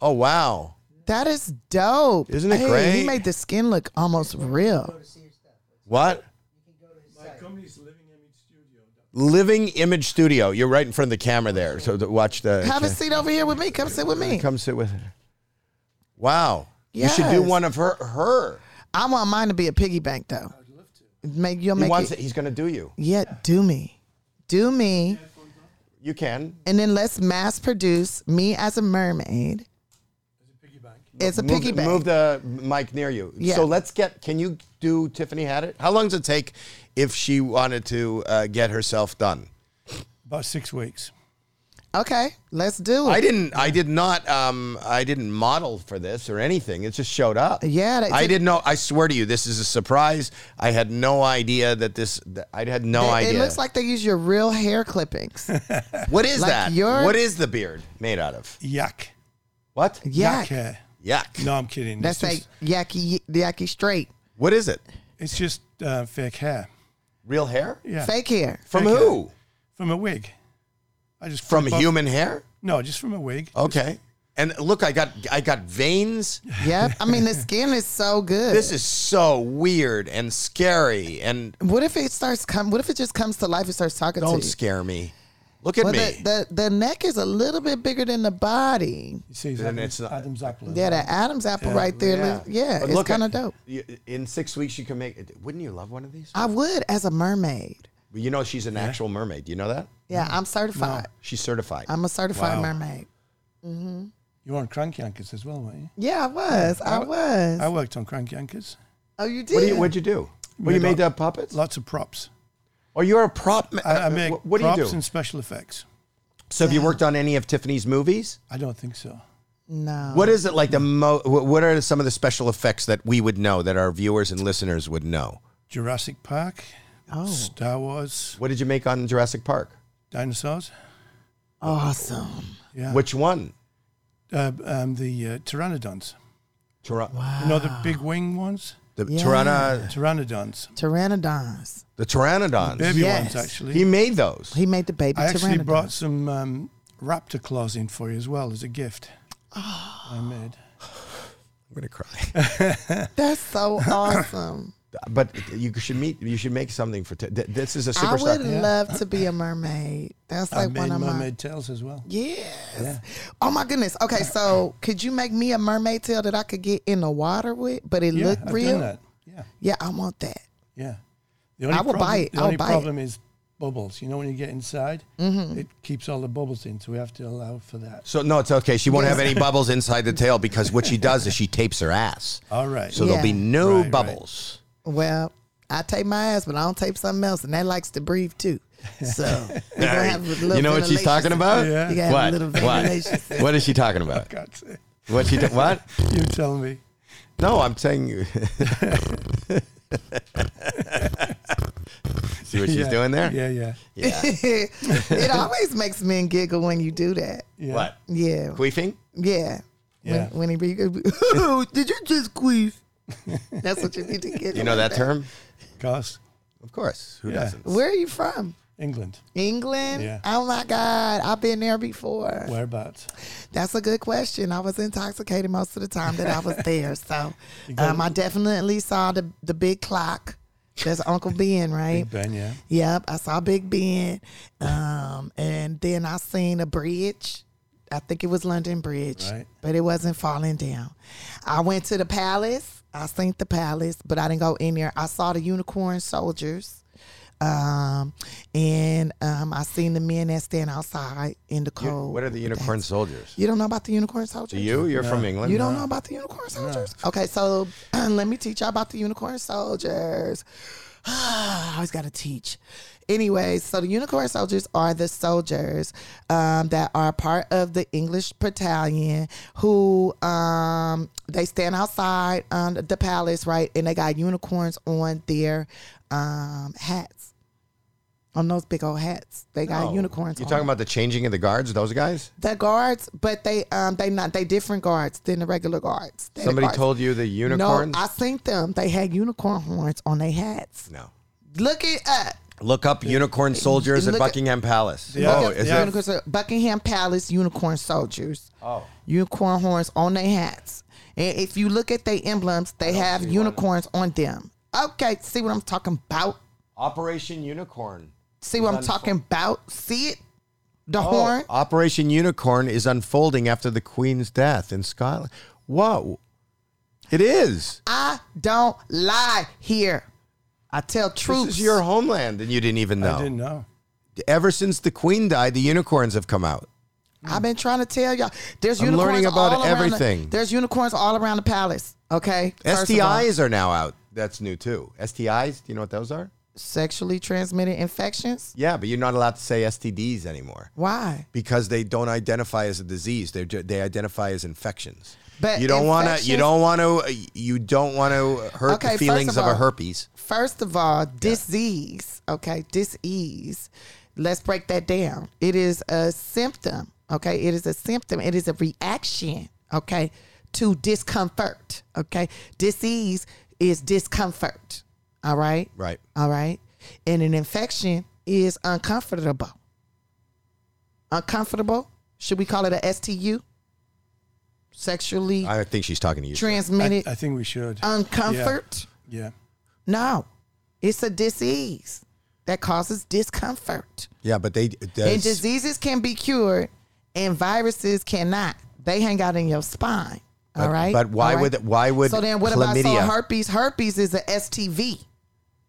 Speaker 6: Oh wow.
Speaker 2: That is dope.
Speaker 6: Isn't it
Speaker 2: hey,
Speaker 6: great?
Speaker 2: He made the skin look almost real.
Speaker 6: What? Living Image Studio. You're right in front of the camera there. So to watch the.
Speaker 2: Have a seat over here with me. Come sit with me.
Speaker 6: Come sit with her. Wow. You should do
Speaker 2: Yes.
Speaker 6: one of her. Her.
Speaker 2: I want mine to be a piggy bank though. Make you'll
Speaker 6: He
Speaker 2: make
Speaker 6: wants
Speaker 2: it,
Speaker 6: it. He's going to do you.
Speaker 2: Yeah, do me. Do me.
Speaker 6: You can.
Speaker 2: And then let's mass produce me as a mermaid. It's a
Speaker 6: Move-
Speaker 2: piggy bank.
Speaker 6: Move the mic near you.
Speaker 2: Yeah.
Speaker 6: So let's get. Can you do Tiffany had it? How long does it take if she wanted to uh, get herself done?
Speaker 10: About six weeks.
Speaker 2: Okay, let's do it.
Speaker 6: I didn't. I did not. Um, I didn't model for this or anything. It just showed up.
Speaker 2: Yeah, that-
Speaker 6: I didn't know. I swear to you, this is a surprise. I had no idea that this. that- I had no
Speaker 2: it, it
Speaker 6: idea.
Speaker 2: looks like they use your real hair clippings.
Speaker 6: what is
Speaker 2: like
Speaker 6: that?
Speaker 2: your-
Speaker 6: What is the beard made out of?
Speaker 10: Yuck.
Speaker 6: What?
Speaker 10: Yuck.
Speaker 2: Yak.
Speaker 10: hair.
Speaker 6: Yuck.
Speaker 10: No, I'm kidding.
Speaker 2: That's
Speaker 10: it's
Speaker 2: like
Speaker 10: just,
Speaker 2: yucky yucky straight.
Speaker 6: What is it?
Speaker 10: it's just uh, fake hair.
Speaker 6: Real hair?
Speaker 10: Yeah.
Speaker 2: Fake hair.
Speaker 6: From
Speaker 10: Fake
Speaker 6: who?
Speaker 10: From a wig. I just
Speaker 6: From
Speaker 10: flip up-
Speaker 6: human hair?
Speaker 10: No, just from a wig.
Speaker 6: Okay. And look, I got I got veins.
Speaker 2: Yep. I mean the skin is so good.
Speaker 6: This is so weird and scary and
Speaker 2: what if it starts come what if it just comes to life and starts talking
Speaker 6: don't
Speaker 2: to you?
Speaker 6: scare me. Look at
Speaker 2: Well,
Speaker 6: me.
Speaker 2: the, the the neck is a little bit bigger than the body.
Speaker 10: You see,
Speaker 6: Then
Speaker 10: Adam's,
Speaker 6: it's not-
Speaker 10: Adam's apple.
Speaker 2: Yeah, that Adam's apple right there. Yeah,
Speaker 6: But
Speaker 2: it's
Speaker 6: look at-
Speaker 2: kind of dope.
Speaker 6: you- In six weeks, you can make. Wouldn't you love one of these?
Speaker 2: I would as a mermaid.
Speaker 6: You know, she's an actual mermaid. Do you know that?
Speaker 2: Yeah, I'm certified.
Speaker 6: She's certified.
Speaker 2: I'm a certified
Speaker 10: Wow.
Speaker 2: mermaid.
Speaker 10: You were on Crank Yankers as well, weren't you?
Speaker 2: Yeah, I was. I was.
Speaker 10: I worked on Crank Yankers.
Speaker 2: oh, you
Speaker 6: What do you,
Speaker 2: did.
Speaker 6: what'd you do? Well, you
Speaker 10: Made
Speaker 6: made
Speaker 10: up-
Speaker 6: up puppets?
Speaker 10: Lots of props.
Speaker 6: Or you're a prop? ma-
Speaker 10: I, I
Speaker 6: uh,
Speaker 10: make
Speaker 6: wh- what do you
Speaker 10: props
Speaker 6: do?
Speaker 10: and special effects.
Speaker 6: so have you worked on any of Tiffany's movies?
Speaker 10: I don't think so.
Speaker 2: no.
Speaker 6: What is it like the mo- wh- What are some of the special effects that we would know that our viewers and listeners would know?
Speaker 10: Jurassic Park,
Speaker 2: Oh.
Speaker 10: Star Wars,
Speaker 6: What did you make on Jurassic Park?
Speaker 10: dinosaurs.
Speaker 2: Awesome.
Speaker 10: Yeah.
Speaker 6: Which one?
Speaker 10: Uh, um, the uh, pteranodons.
Speaker 6: Tura-
Speaker 10: You know
Speaker 2: Ah.
Speaker 10: the big wing ones.
Speaker 6: The
Speaker 2: Yeah.
Speaker 6: Tirana,
Speaker 10: Pteranodons.
Speaker 2: Pteranodons.
Speaker 6: the Pteranodons.
Speaker 10: Baby
Speaker 2: Yes.
Speaker 10: ones actually.
Speaker 6: He made those.
Speaker 2: He made the baby
Speaker 10: I actually
Speaker 2: pteranodon.
Speaker 10: brought some um, raptor claws in for you as well as a gift.
Speaker 2: Ah.
Speaker 10: I made.
Speaker 6: I'm gonna cry.
Speaker 2: That's so awesome.
Speaker 6: but you should meet. You should make something for. T- th- this is a
Speaker 2: I would
Speaker 6: superstar.
Speaker 2: love to be a mermaid. That's
Speaker 10: I
Speaker 2: like
Speaker 10: made
Speaker 2: one of my.
Speaker 10: mermaid tails as well.
Speaker 2: Yes. Oh my goodness. Okay, so could you make me a mermaid tail that I could get in the water with, but it
Speaker 10: Yeah,
Speaker 2: looked
Speaker 10: I've
Speaker 2: real?
Speaker 10: done that. Yeah,
Speaker 2: Yeah, I want that.
Speaker 10: yeah. The only
Speaker 2: I will buy
Speaker 10: problem,
Speaker 2: it.
Speaker 10: The
Speaker 2: I'll
Speaker 10: only
Speaker 2: buy it. Mm-hmm.
Speaker 10: problem is bubbles. You know when you get inside, it keeps all the bubbles in, so we have to allow for that.
Speaker 6: So no, it's okay. She won't have any bubbles inside the tail because what she does is she tapes her ass.
Speaker 10: All right.
Speaker 6: So there'll be
Speaker 2: Yeah.
Speaker 6: no
Speaker 10: Right, right.
Speaker 6: bubbles.
Speaker 2: Well, I tape my ass, but I don't tape something else, and that likes to breathe too. So we're gonna have a little
Speaker 6: You know what she's
Speaker 2: ventilation
Speaker 6: talking
Speaker 2: system.
Speaker 6: about?
Speaker 10: Yeah.
Speaker 2: You gotta have a little ventilation
Speaker 6: What?
Speaker 2: system.
Speaker 6: What? what is she talking about?
Speaker 10: God's sake.
Speaker 6: What she? ta- what?
Speaker 10: You tell me.
Speaker 6: No, I'm saying. you. See what she's
Speaker 10: Yeah.
Speaker 6: doing there?
Speaker 10: Yeah, yeah.
Speaker 2: it always makes men giggle when you do that.
Speaker 10: yeah.
Speaker 6: What?
Speaker 2: Yeah.
Speaker 6: Queefing?
Speaker 2: Yeah.
Speaker 10: Yeah.
Speaker 2: When, when he be, oh, did you just queef? That's what you need to get.
Speaker 6: You know that term?
Speaker 10: Goss.
Speaker 6: Of course. Who
Speaker 10: Yeah.
Speaker 6: doesn't?
Speaker 2: Where are you from?
Speaker 10: England.
Speaker 2: England?
Speaker 10: Yeah.
Speaker 2: Oh my God. I've been there before.
Speaker 10: Whereabouts?
Speaker 2: That's a good question. I was intoxicated most of the time that I was there. So um, I definitely saw the, the big clock. That's Uncle Ben, right?
Speaker 10: Big Ben, yeah.
Speaker 2: Yep. I saw Big Ben. Um, and then I seen a bridge. I think it was London Bridge,
Speaker 10: Right.
Speaker 2: but it wasn't falling down. I went to the palace. I seen the palace, but I didn't go in there. I saw the unicorn soldiers. Um, and um, I seen the men that stand outside in the
Speaker 6: You-
Speaker 2: cold.
Speaker 6: what are the unicorn soldiers?
Speaker 2: You don't know about the unicorn
Speaker 6: Do
Speaker 2: soldiers?
Speaker 6: you? You're from England.
Speaker 2: You don't know about the unicorn soldiers? Okay, so let me teach y'all about the unicorn soldiers. I always got to teach. Anyway, so the unicorn soldiers are the soldiers um, that are part of the English battalion who um, they stand outside um, the palace, right? And they got unicorns on their um, hats, on those big old hats. They got unicorns.
Speaker 6: You're
Speaker 2: on
Speaker 6: Oh, talking about the changing of the guards, those guys?
Speaker 2: the guards, but they um they not they different guards than the regular guards. They the
Speaker 6: Somebody
Speaker 2: guards.
Speaker 6: told you the unicorns?
Speaker 2: No, I seen them. They had unicorn horns on their hats.
Speaker 6: No.
Speaker 2: Look it up.
Speaker 6: Look up unicorn soldiers at
Speaker 2: Look at-
Speaker 6: Buckingham Palace.
Speaker 10: Yeah.
Speaker 6: Oh,
Speaker 2: Look up
Speaker 6: is
Speaker 10: Yeah.
Speaker 6: it?
Speaker 2: unicorn sol- Buckingham Palace unicorn soldiers. Oh. Unicorn horns on their hats. And if you look at their emblems, they have unicorns on them. Okay, see what I'm talking about?
Speaker 6: Operation Unicorn.
Speaker 2: See what I'm talking about? See it? The
Speaker 6: Oh,
Speaker 2: horn?
Speaker 6: Operation Unicorn is unfolding after the Queen's death in Scotland. Whoa. It is.
Speaker 2: I don't lie here. I tell truth.
Speaker 6: This is your homeland, and you didn't even know.
Speaker 10: I didn't know.
Speaker 6: Ever since the Queen died, the unicorns have come out.
Speaker 2: I've been trying to tell y'all. There's
Speaker 6: I'm
Speaker 2: unicorns
Speaker 6: learning about
Speaker 2: all around the-
Speaker 6: everything.
Speaker 2: there's unicorns all around the palace. Okay. First of all,
Speaker 6: STIs are now out. That's new too. STIs. Do you know what those are?
Speaker 2: sexually transmitted infections.
Speaker 6: Yeah, but you're not allowed to say STDs anymore
Speaker 2: Why?
Speaker 6: because they don't identify as a disease. They they identify as infections.
Speaker 2: But
Speaker 6: you don't want to. You
Speaker 2: infections-
Speaker 6: don't want to. You don't want to hurt
Speaker 2: Okay,
Speaker 6: the
Speaker 2: first
Speaker 6: feelings
Speaker 2: of
Speaker 6: of a
Speaker 2: all-
Speaker 6: herpes.
Speaker 2: First of all, disease. Okay, disease. Let's break that down. It is a symptom. Okay, it is a symptom. It is a reaction. Okay, to discomfort. Okay, disease is discomfort. All right.
Speaker 6: Right.
Speaker 2: All right. And an infection is uncomfortable. Uncomfortable? Should we call it a STU? Sexually
Speaker 6: I think she's talking to you.
Speaker 10: I,
Speaker 2: transmitted
Speaker 10: I think we should.
Speaker 2: Um, uncomfort?
Speaker 10: Yeah.
Speaker 2: No. It's a disease that causes discomfort.
Speaker 6: yeah, but they.
Speaker 2: And diseases can be cured and viruses cannot. They hang out in your spine. all
Speaker 6: But-
Speaker 2: right.
Speaker 6: but why
Speaker 2: All right?
Speaker 6: would- why would
Speaker 2: So then what about
Speaker 6: chlamydia-
Speaker 2: so herpes? Herpes is a STV.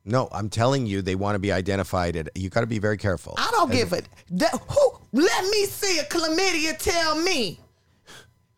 Speaker 6: No, I'm telling you, they want to be identified. At, you got to be very careful.
Speaker 2: I don't give a that, who. Let me see a chlamydia tell me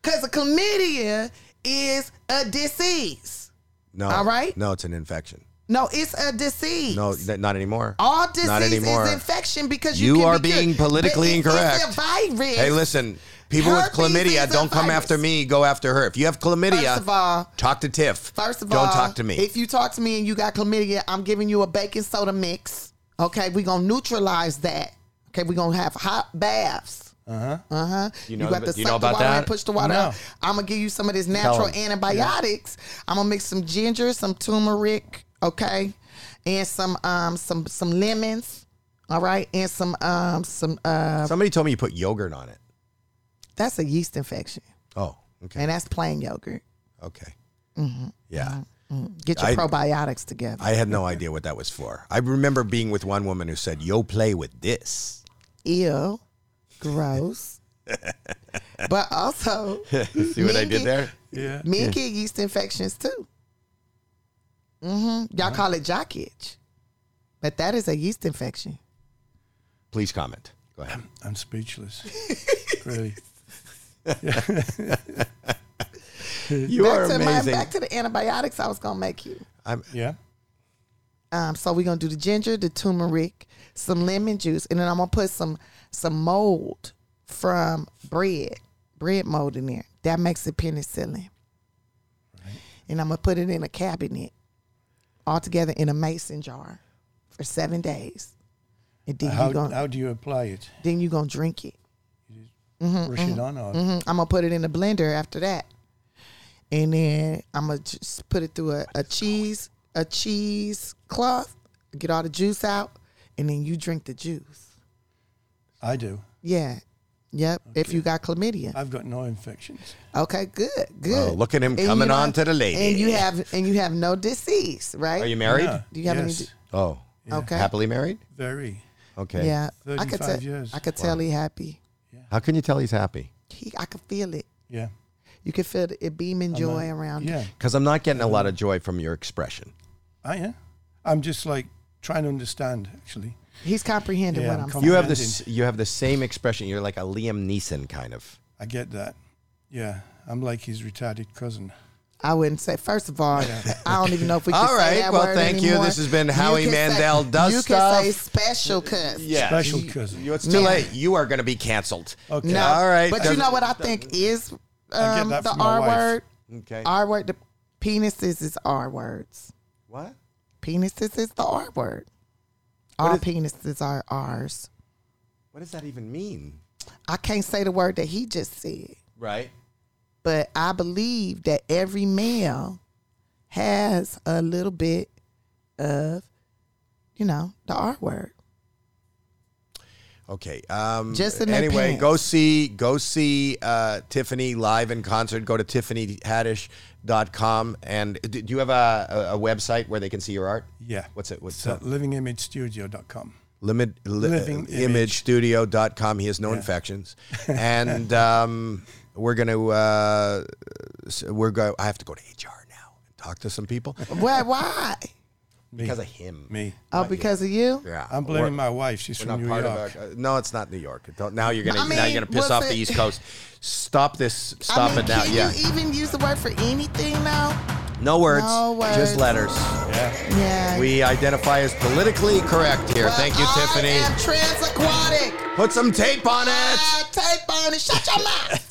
Speaker 2: Because a chlamydia is a disease.
Speaker 6: No.
Speaker 2: All right.
Speaker 6: No, it's an infection.
Speaker 2: No, it's a disease.
Speaker 6: No, th- not anymore.
Speaker 2: All disease
Speaker 6: not anymore.
Speaker 2: is infection because you,
Speaker 6: You
Speaker 2: can
Speaker 6: are
Speaker 2: be cured.
Speaker 6: being politically
Speaker 2: But it's-
Speaker 6: incorrect.
Speaker 2: It's a virus.
Speaker 6: Hey, listen, people with
Speaker 2: Herpes
Speaker 6: chlamydia
Speaker 2: is a
Speaker 6: don't come
Speaker 2: virus.
Speaker 6: after me. Go after her. If you have chlamydia,
Speaker 2: First of all-
Speaker 6: talk to Tiff.
Speaker 2: First of
Speaker 6: don't
Speaker 2: all,
Speaker 6: talk to me.
Speaker 2: If you talk to me and you got chlamydia, I'm giving you a baking soda mix. Okay, we're gonna neutralize that. Okay, we're gonna have hot baths. Uh huh. Uh huh. You,
Speaker 6: know
Speaker 2: got to
Speaker 6: the- Uh-huh. you
Speaker 2: suck
Speaker 6: know
Speaker 2: the
Speaker 6: about
Speaker 2: water
Speaker 6: that?
Speaker 2: and push the water
Speaker 10: No.
Speaker 2: out. I'm gonna give you some of this
Speaker 6: Tell 'em.
Speaker 2: natural antibiotics. I'm gonna mix some ginger, some turmeric, okay, and some um some some lemons. All right, and some um some uh
Speaker 6: Somebody told me you put yogurt on it.
Speaker 2: that's a yeast infection,
Speaker 6: Oh, okay.
Speaker 2: and that's plain yogurt.
Speaker 6: okay. Yeah.
Speaker 2: Get your
Speaker 6: I-
Speaker 2: probiotics together.
Speaker 6: I had no idea what that was for. I remember being with one woman who said, "Yo, play with this."
Speaker 2: ew, gross. but also,
Speaker 6: See
Speaker 2: what I did there?
Speaker 10: Yeah.
Speaker 2: men get yeast infections too. hmm Y'all call it jock itch, but that is a yeast infection.
Speaker 6: Please comment. Go ahead.
Speaker 10: I'm speechless. really.
Speaker 6: You
Speaker 2: back
Speaker 6: are
Speaker 2: to
Speaker 6: amazing.
Speaker 2: back to the antibiotics I was gonna make you.
Speaker 6: I'm,
Speaker 10: Yeah.
Speaker 2: Um, so we're gonna do the ginger, the turmeric, some lemon juice, and then I'm gonna put some some mold from bread, bread mold in there. That makes it penicillin. And I'm gonna put it in a cabinet, all together in a mason jar, for seven days. And then
Speaker 10: How,
Speaker 2: you gonna
Speaker 10: how do you apply it?
Speaker 2: then you gonna drink it. Mm-hmm,
Speaker 10: Brush it on or
Speaker 2: Mm, I'm gonna put it in the blender after that, and then I'm gonna just put it through a, a cheese a cheese cloth, get all the juice out, and then you drink the juice.
Speaker 10: I do.
Speaker 2: Yeah, yep. If you got chlamydia,
Speaker 10: I've got no infections.
Speaker 2: okay, good, good.
Speaker 6: Oh, look at him
Speaker 2: you
Speaker 6: coming
Speaker 2: don't-
Speaker 6: on to the lady.
Speaker 2: And you have and you have no disease, right?
Speaker 6: Are you married?
Speaker 10: Yeah.
Speaker 2: Do you have any
Speaker 10: yes,
Speaker 2: d-
Speaker 6: Oh,
Speaker 2: Okay.
Speaker 6: happily married.
Speaker 10: Very.
Speaker 6: Okay.
Speaker 2: Yeah, I could
Speaker 10: 35
Speaker 2: tell.
Speaker 10: years.
Speaker 2: I could tell he happy.
Speaker 6: How can you tell he's happy?
Speaker 2: He, I could feel it.
Speaker 10: Yeah.
Speaker 2: You could feel it beaming joy around. you.
Speaker 10: Yeah.
Speaker 6: Because I'm not getting a lot of joy from your expression.
Speaker 10: I am. I'm just like trying to understand, actually.
Speaker 2: He's comprehending
Speaker 10: Yeah,
Speaker 2: what
Speaker 10: I'm
Speaker 2: I'm
Speaker 10: com-
Speaker 2: saying.
Speaker 6: You have this.
Speaker 10: Imagine.
Speaker 6: You have the same expression. You're like a Liam Neeson kind of.
Speaker 10: I get that. Yeah. I'm like his retarded cousin.
Speaker 2: I wouldn't say. First of all, I don't even know if we. Can
Speaker 6: All
Speaker 2: say
Speaker 6: right,
Speaker 2: that
Speaker 6: well,
Speaker 2: word
Speaker 6: thank you.
Speaker 2: anymore.
Speaker 6: This has been
Speaker 2: You
Speaker 6: Howie
Speaker 2: can say-
Speaker 6: Mandel Does
Speaker 2: You
Speaker 6: Stuff.
Speaker 2: can say special cuss.
Speaker 10: Special cousin.
Speaker 6: You, it's too
Speaker 2: Yeah.
Speaker 6: late. You are going to be canceled.
Speaker 10: Okay.
Speaker 2: No,
Speaker 6: All right.
Speaker 2: But you know what I think is
Speaker 10: get
Speaker 2: um,
Speaker 10: that
Speaker 2: the
Speaker 10: from my
Speaker 2: R
Speaker 10: wife.
Speaker 2: word.
Speaker 6: Okay.
Speaker 2: R word. The penises is R words.
Speaker 6: What?
Speaker 2: Penises is the R word. All penises are R's.
Speaker 6: What does that even mean?
Speaker 2: I can't say the word that he just said,
Speaker 6: Right.
Speaker 2: but I believe that every male has a little bit of, you know, the R word.
Speaker 6: Okay. Um,
Speaker 2: Just in their
Speaker 6: anyway,
Speaker 2: pants.
Speaker 6: go see go see uh, Tiffany live in concert. Go to tiffanyhaddish.com. And do, do you have a, a, a website where they can see your art?
Speaker 10: Yeah.
Speaker 6: What's it? What's
Speaker 10: It's at
Speaker 6: it?
Speaker 10: livingimagestudio.com.
Speaker 6: Limit, li, uh,
Speaker 10: Living Image.
Speaker 6: imagestudio.com. He has no infections. And um, we're going to, uh, s- we're go. I have to go to HR now and talk to some people
Speaker 2: Why? Why?
Speaker 10: Me.
Speaker 6: because of him.
Speaker 10: Me.
Speaker 2: Oh, because of you?
Speaker 6: Yeah.
Speaker 10: I'm
Speaker 6: We're-
Speaker 10: blaming my wife. She's
Speaker 6: we're not
Speaker 10: from New
Speaker 6: part
Speaker 10: York.
Speaker 6: of our- uh, no, it's not New York. Don't- now you're gonna
Speaker 2: I
Speaker 6: now you're gonna
Speaker 2: mean,
Speaker 6: piss
Speaker 2: was
Speaker 6: off the
Speaker 2: it-
Speaker 6: East Coast. Stop this. Stop
Speaker 2: I mean,
Speaker 6: it now.
Speaker 2: Can
Speaker 6: Yeah.
Speaker 2: you even use the word for anything now?
Speaker 6: No words,
Speaker 2: No
Speaker 6: just
Speaker 2: words.
Speaker 6: letters.
Speaker 2: Yeah.
Speaker 6: We identify as politically correct here.
Speaker 2: But
Speaker 6: Thank you,
Speaker 2: I
Speaker 6: Tiffany.
Speaker 2: am transaquatic.
Speaker 6: Put some tape on it.
Speaker 2: Ah, tape on it. Shut your mouth.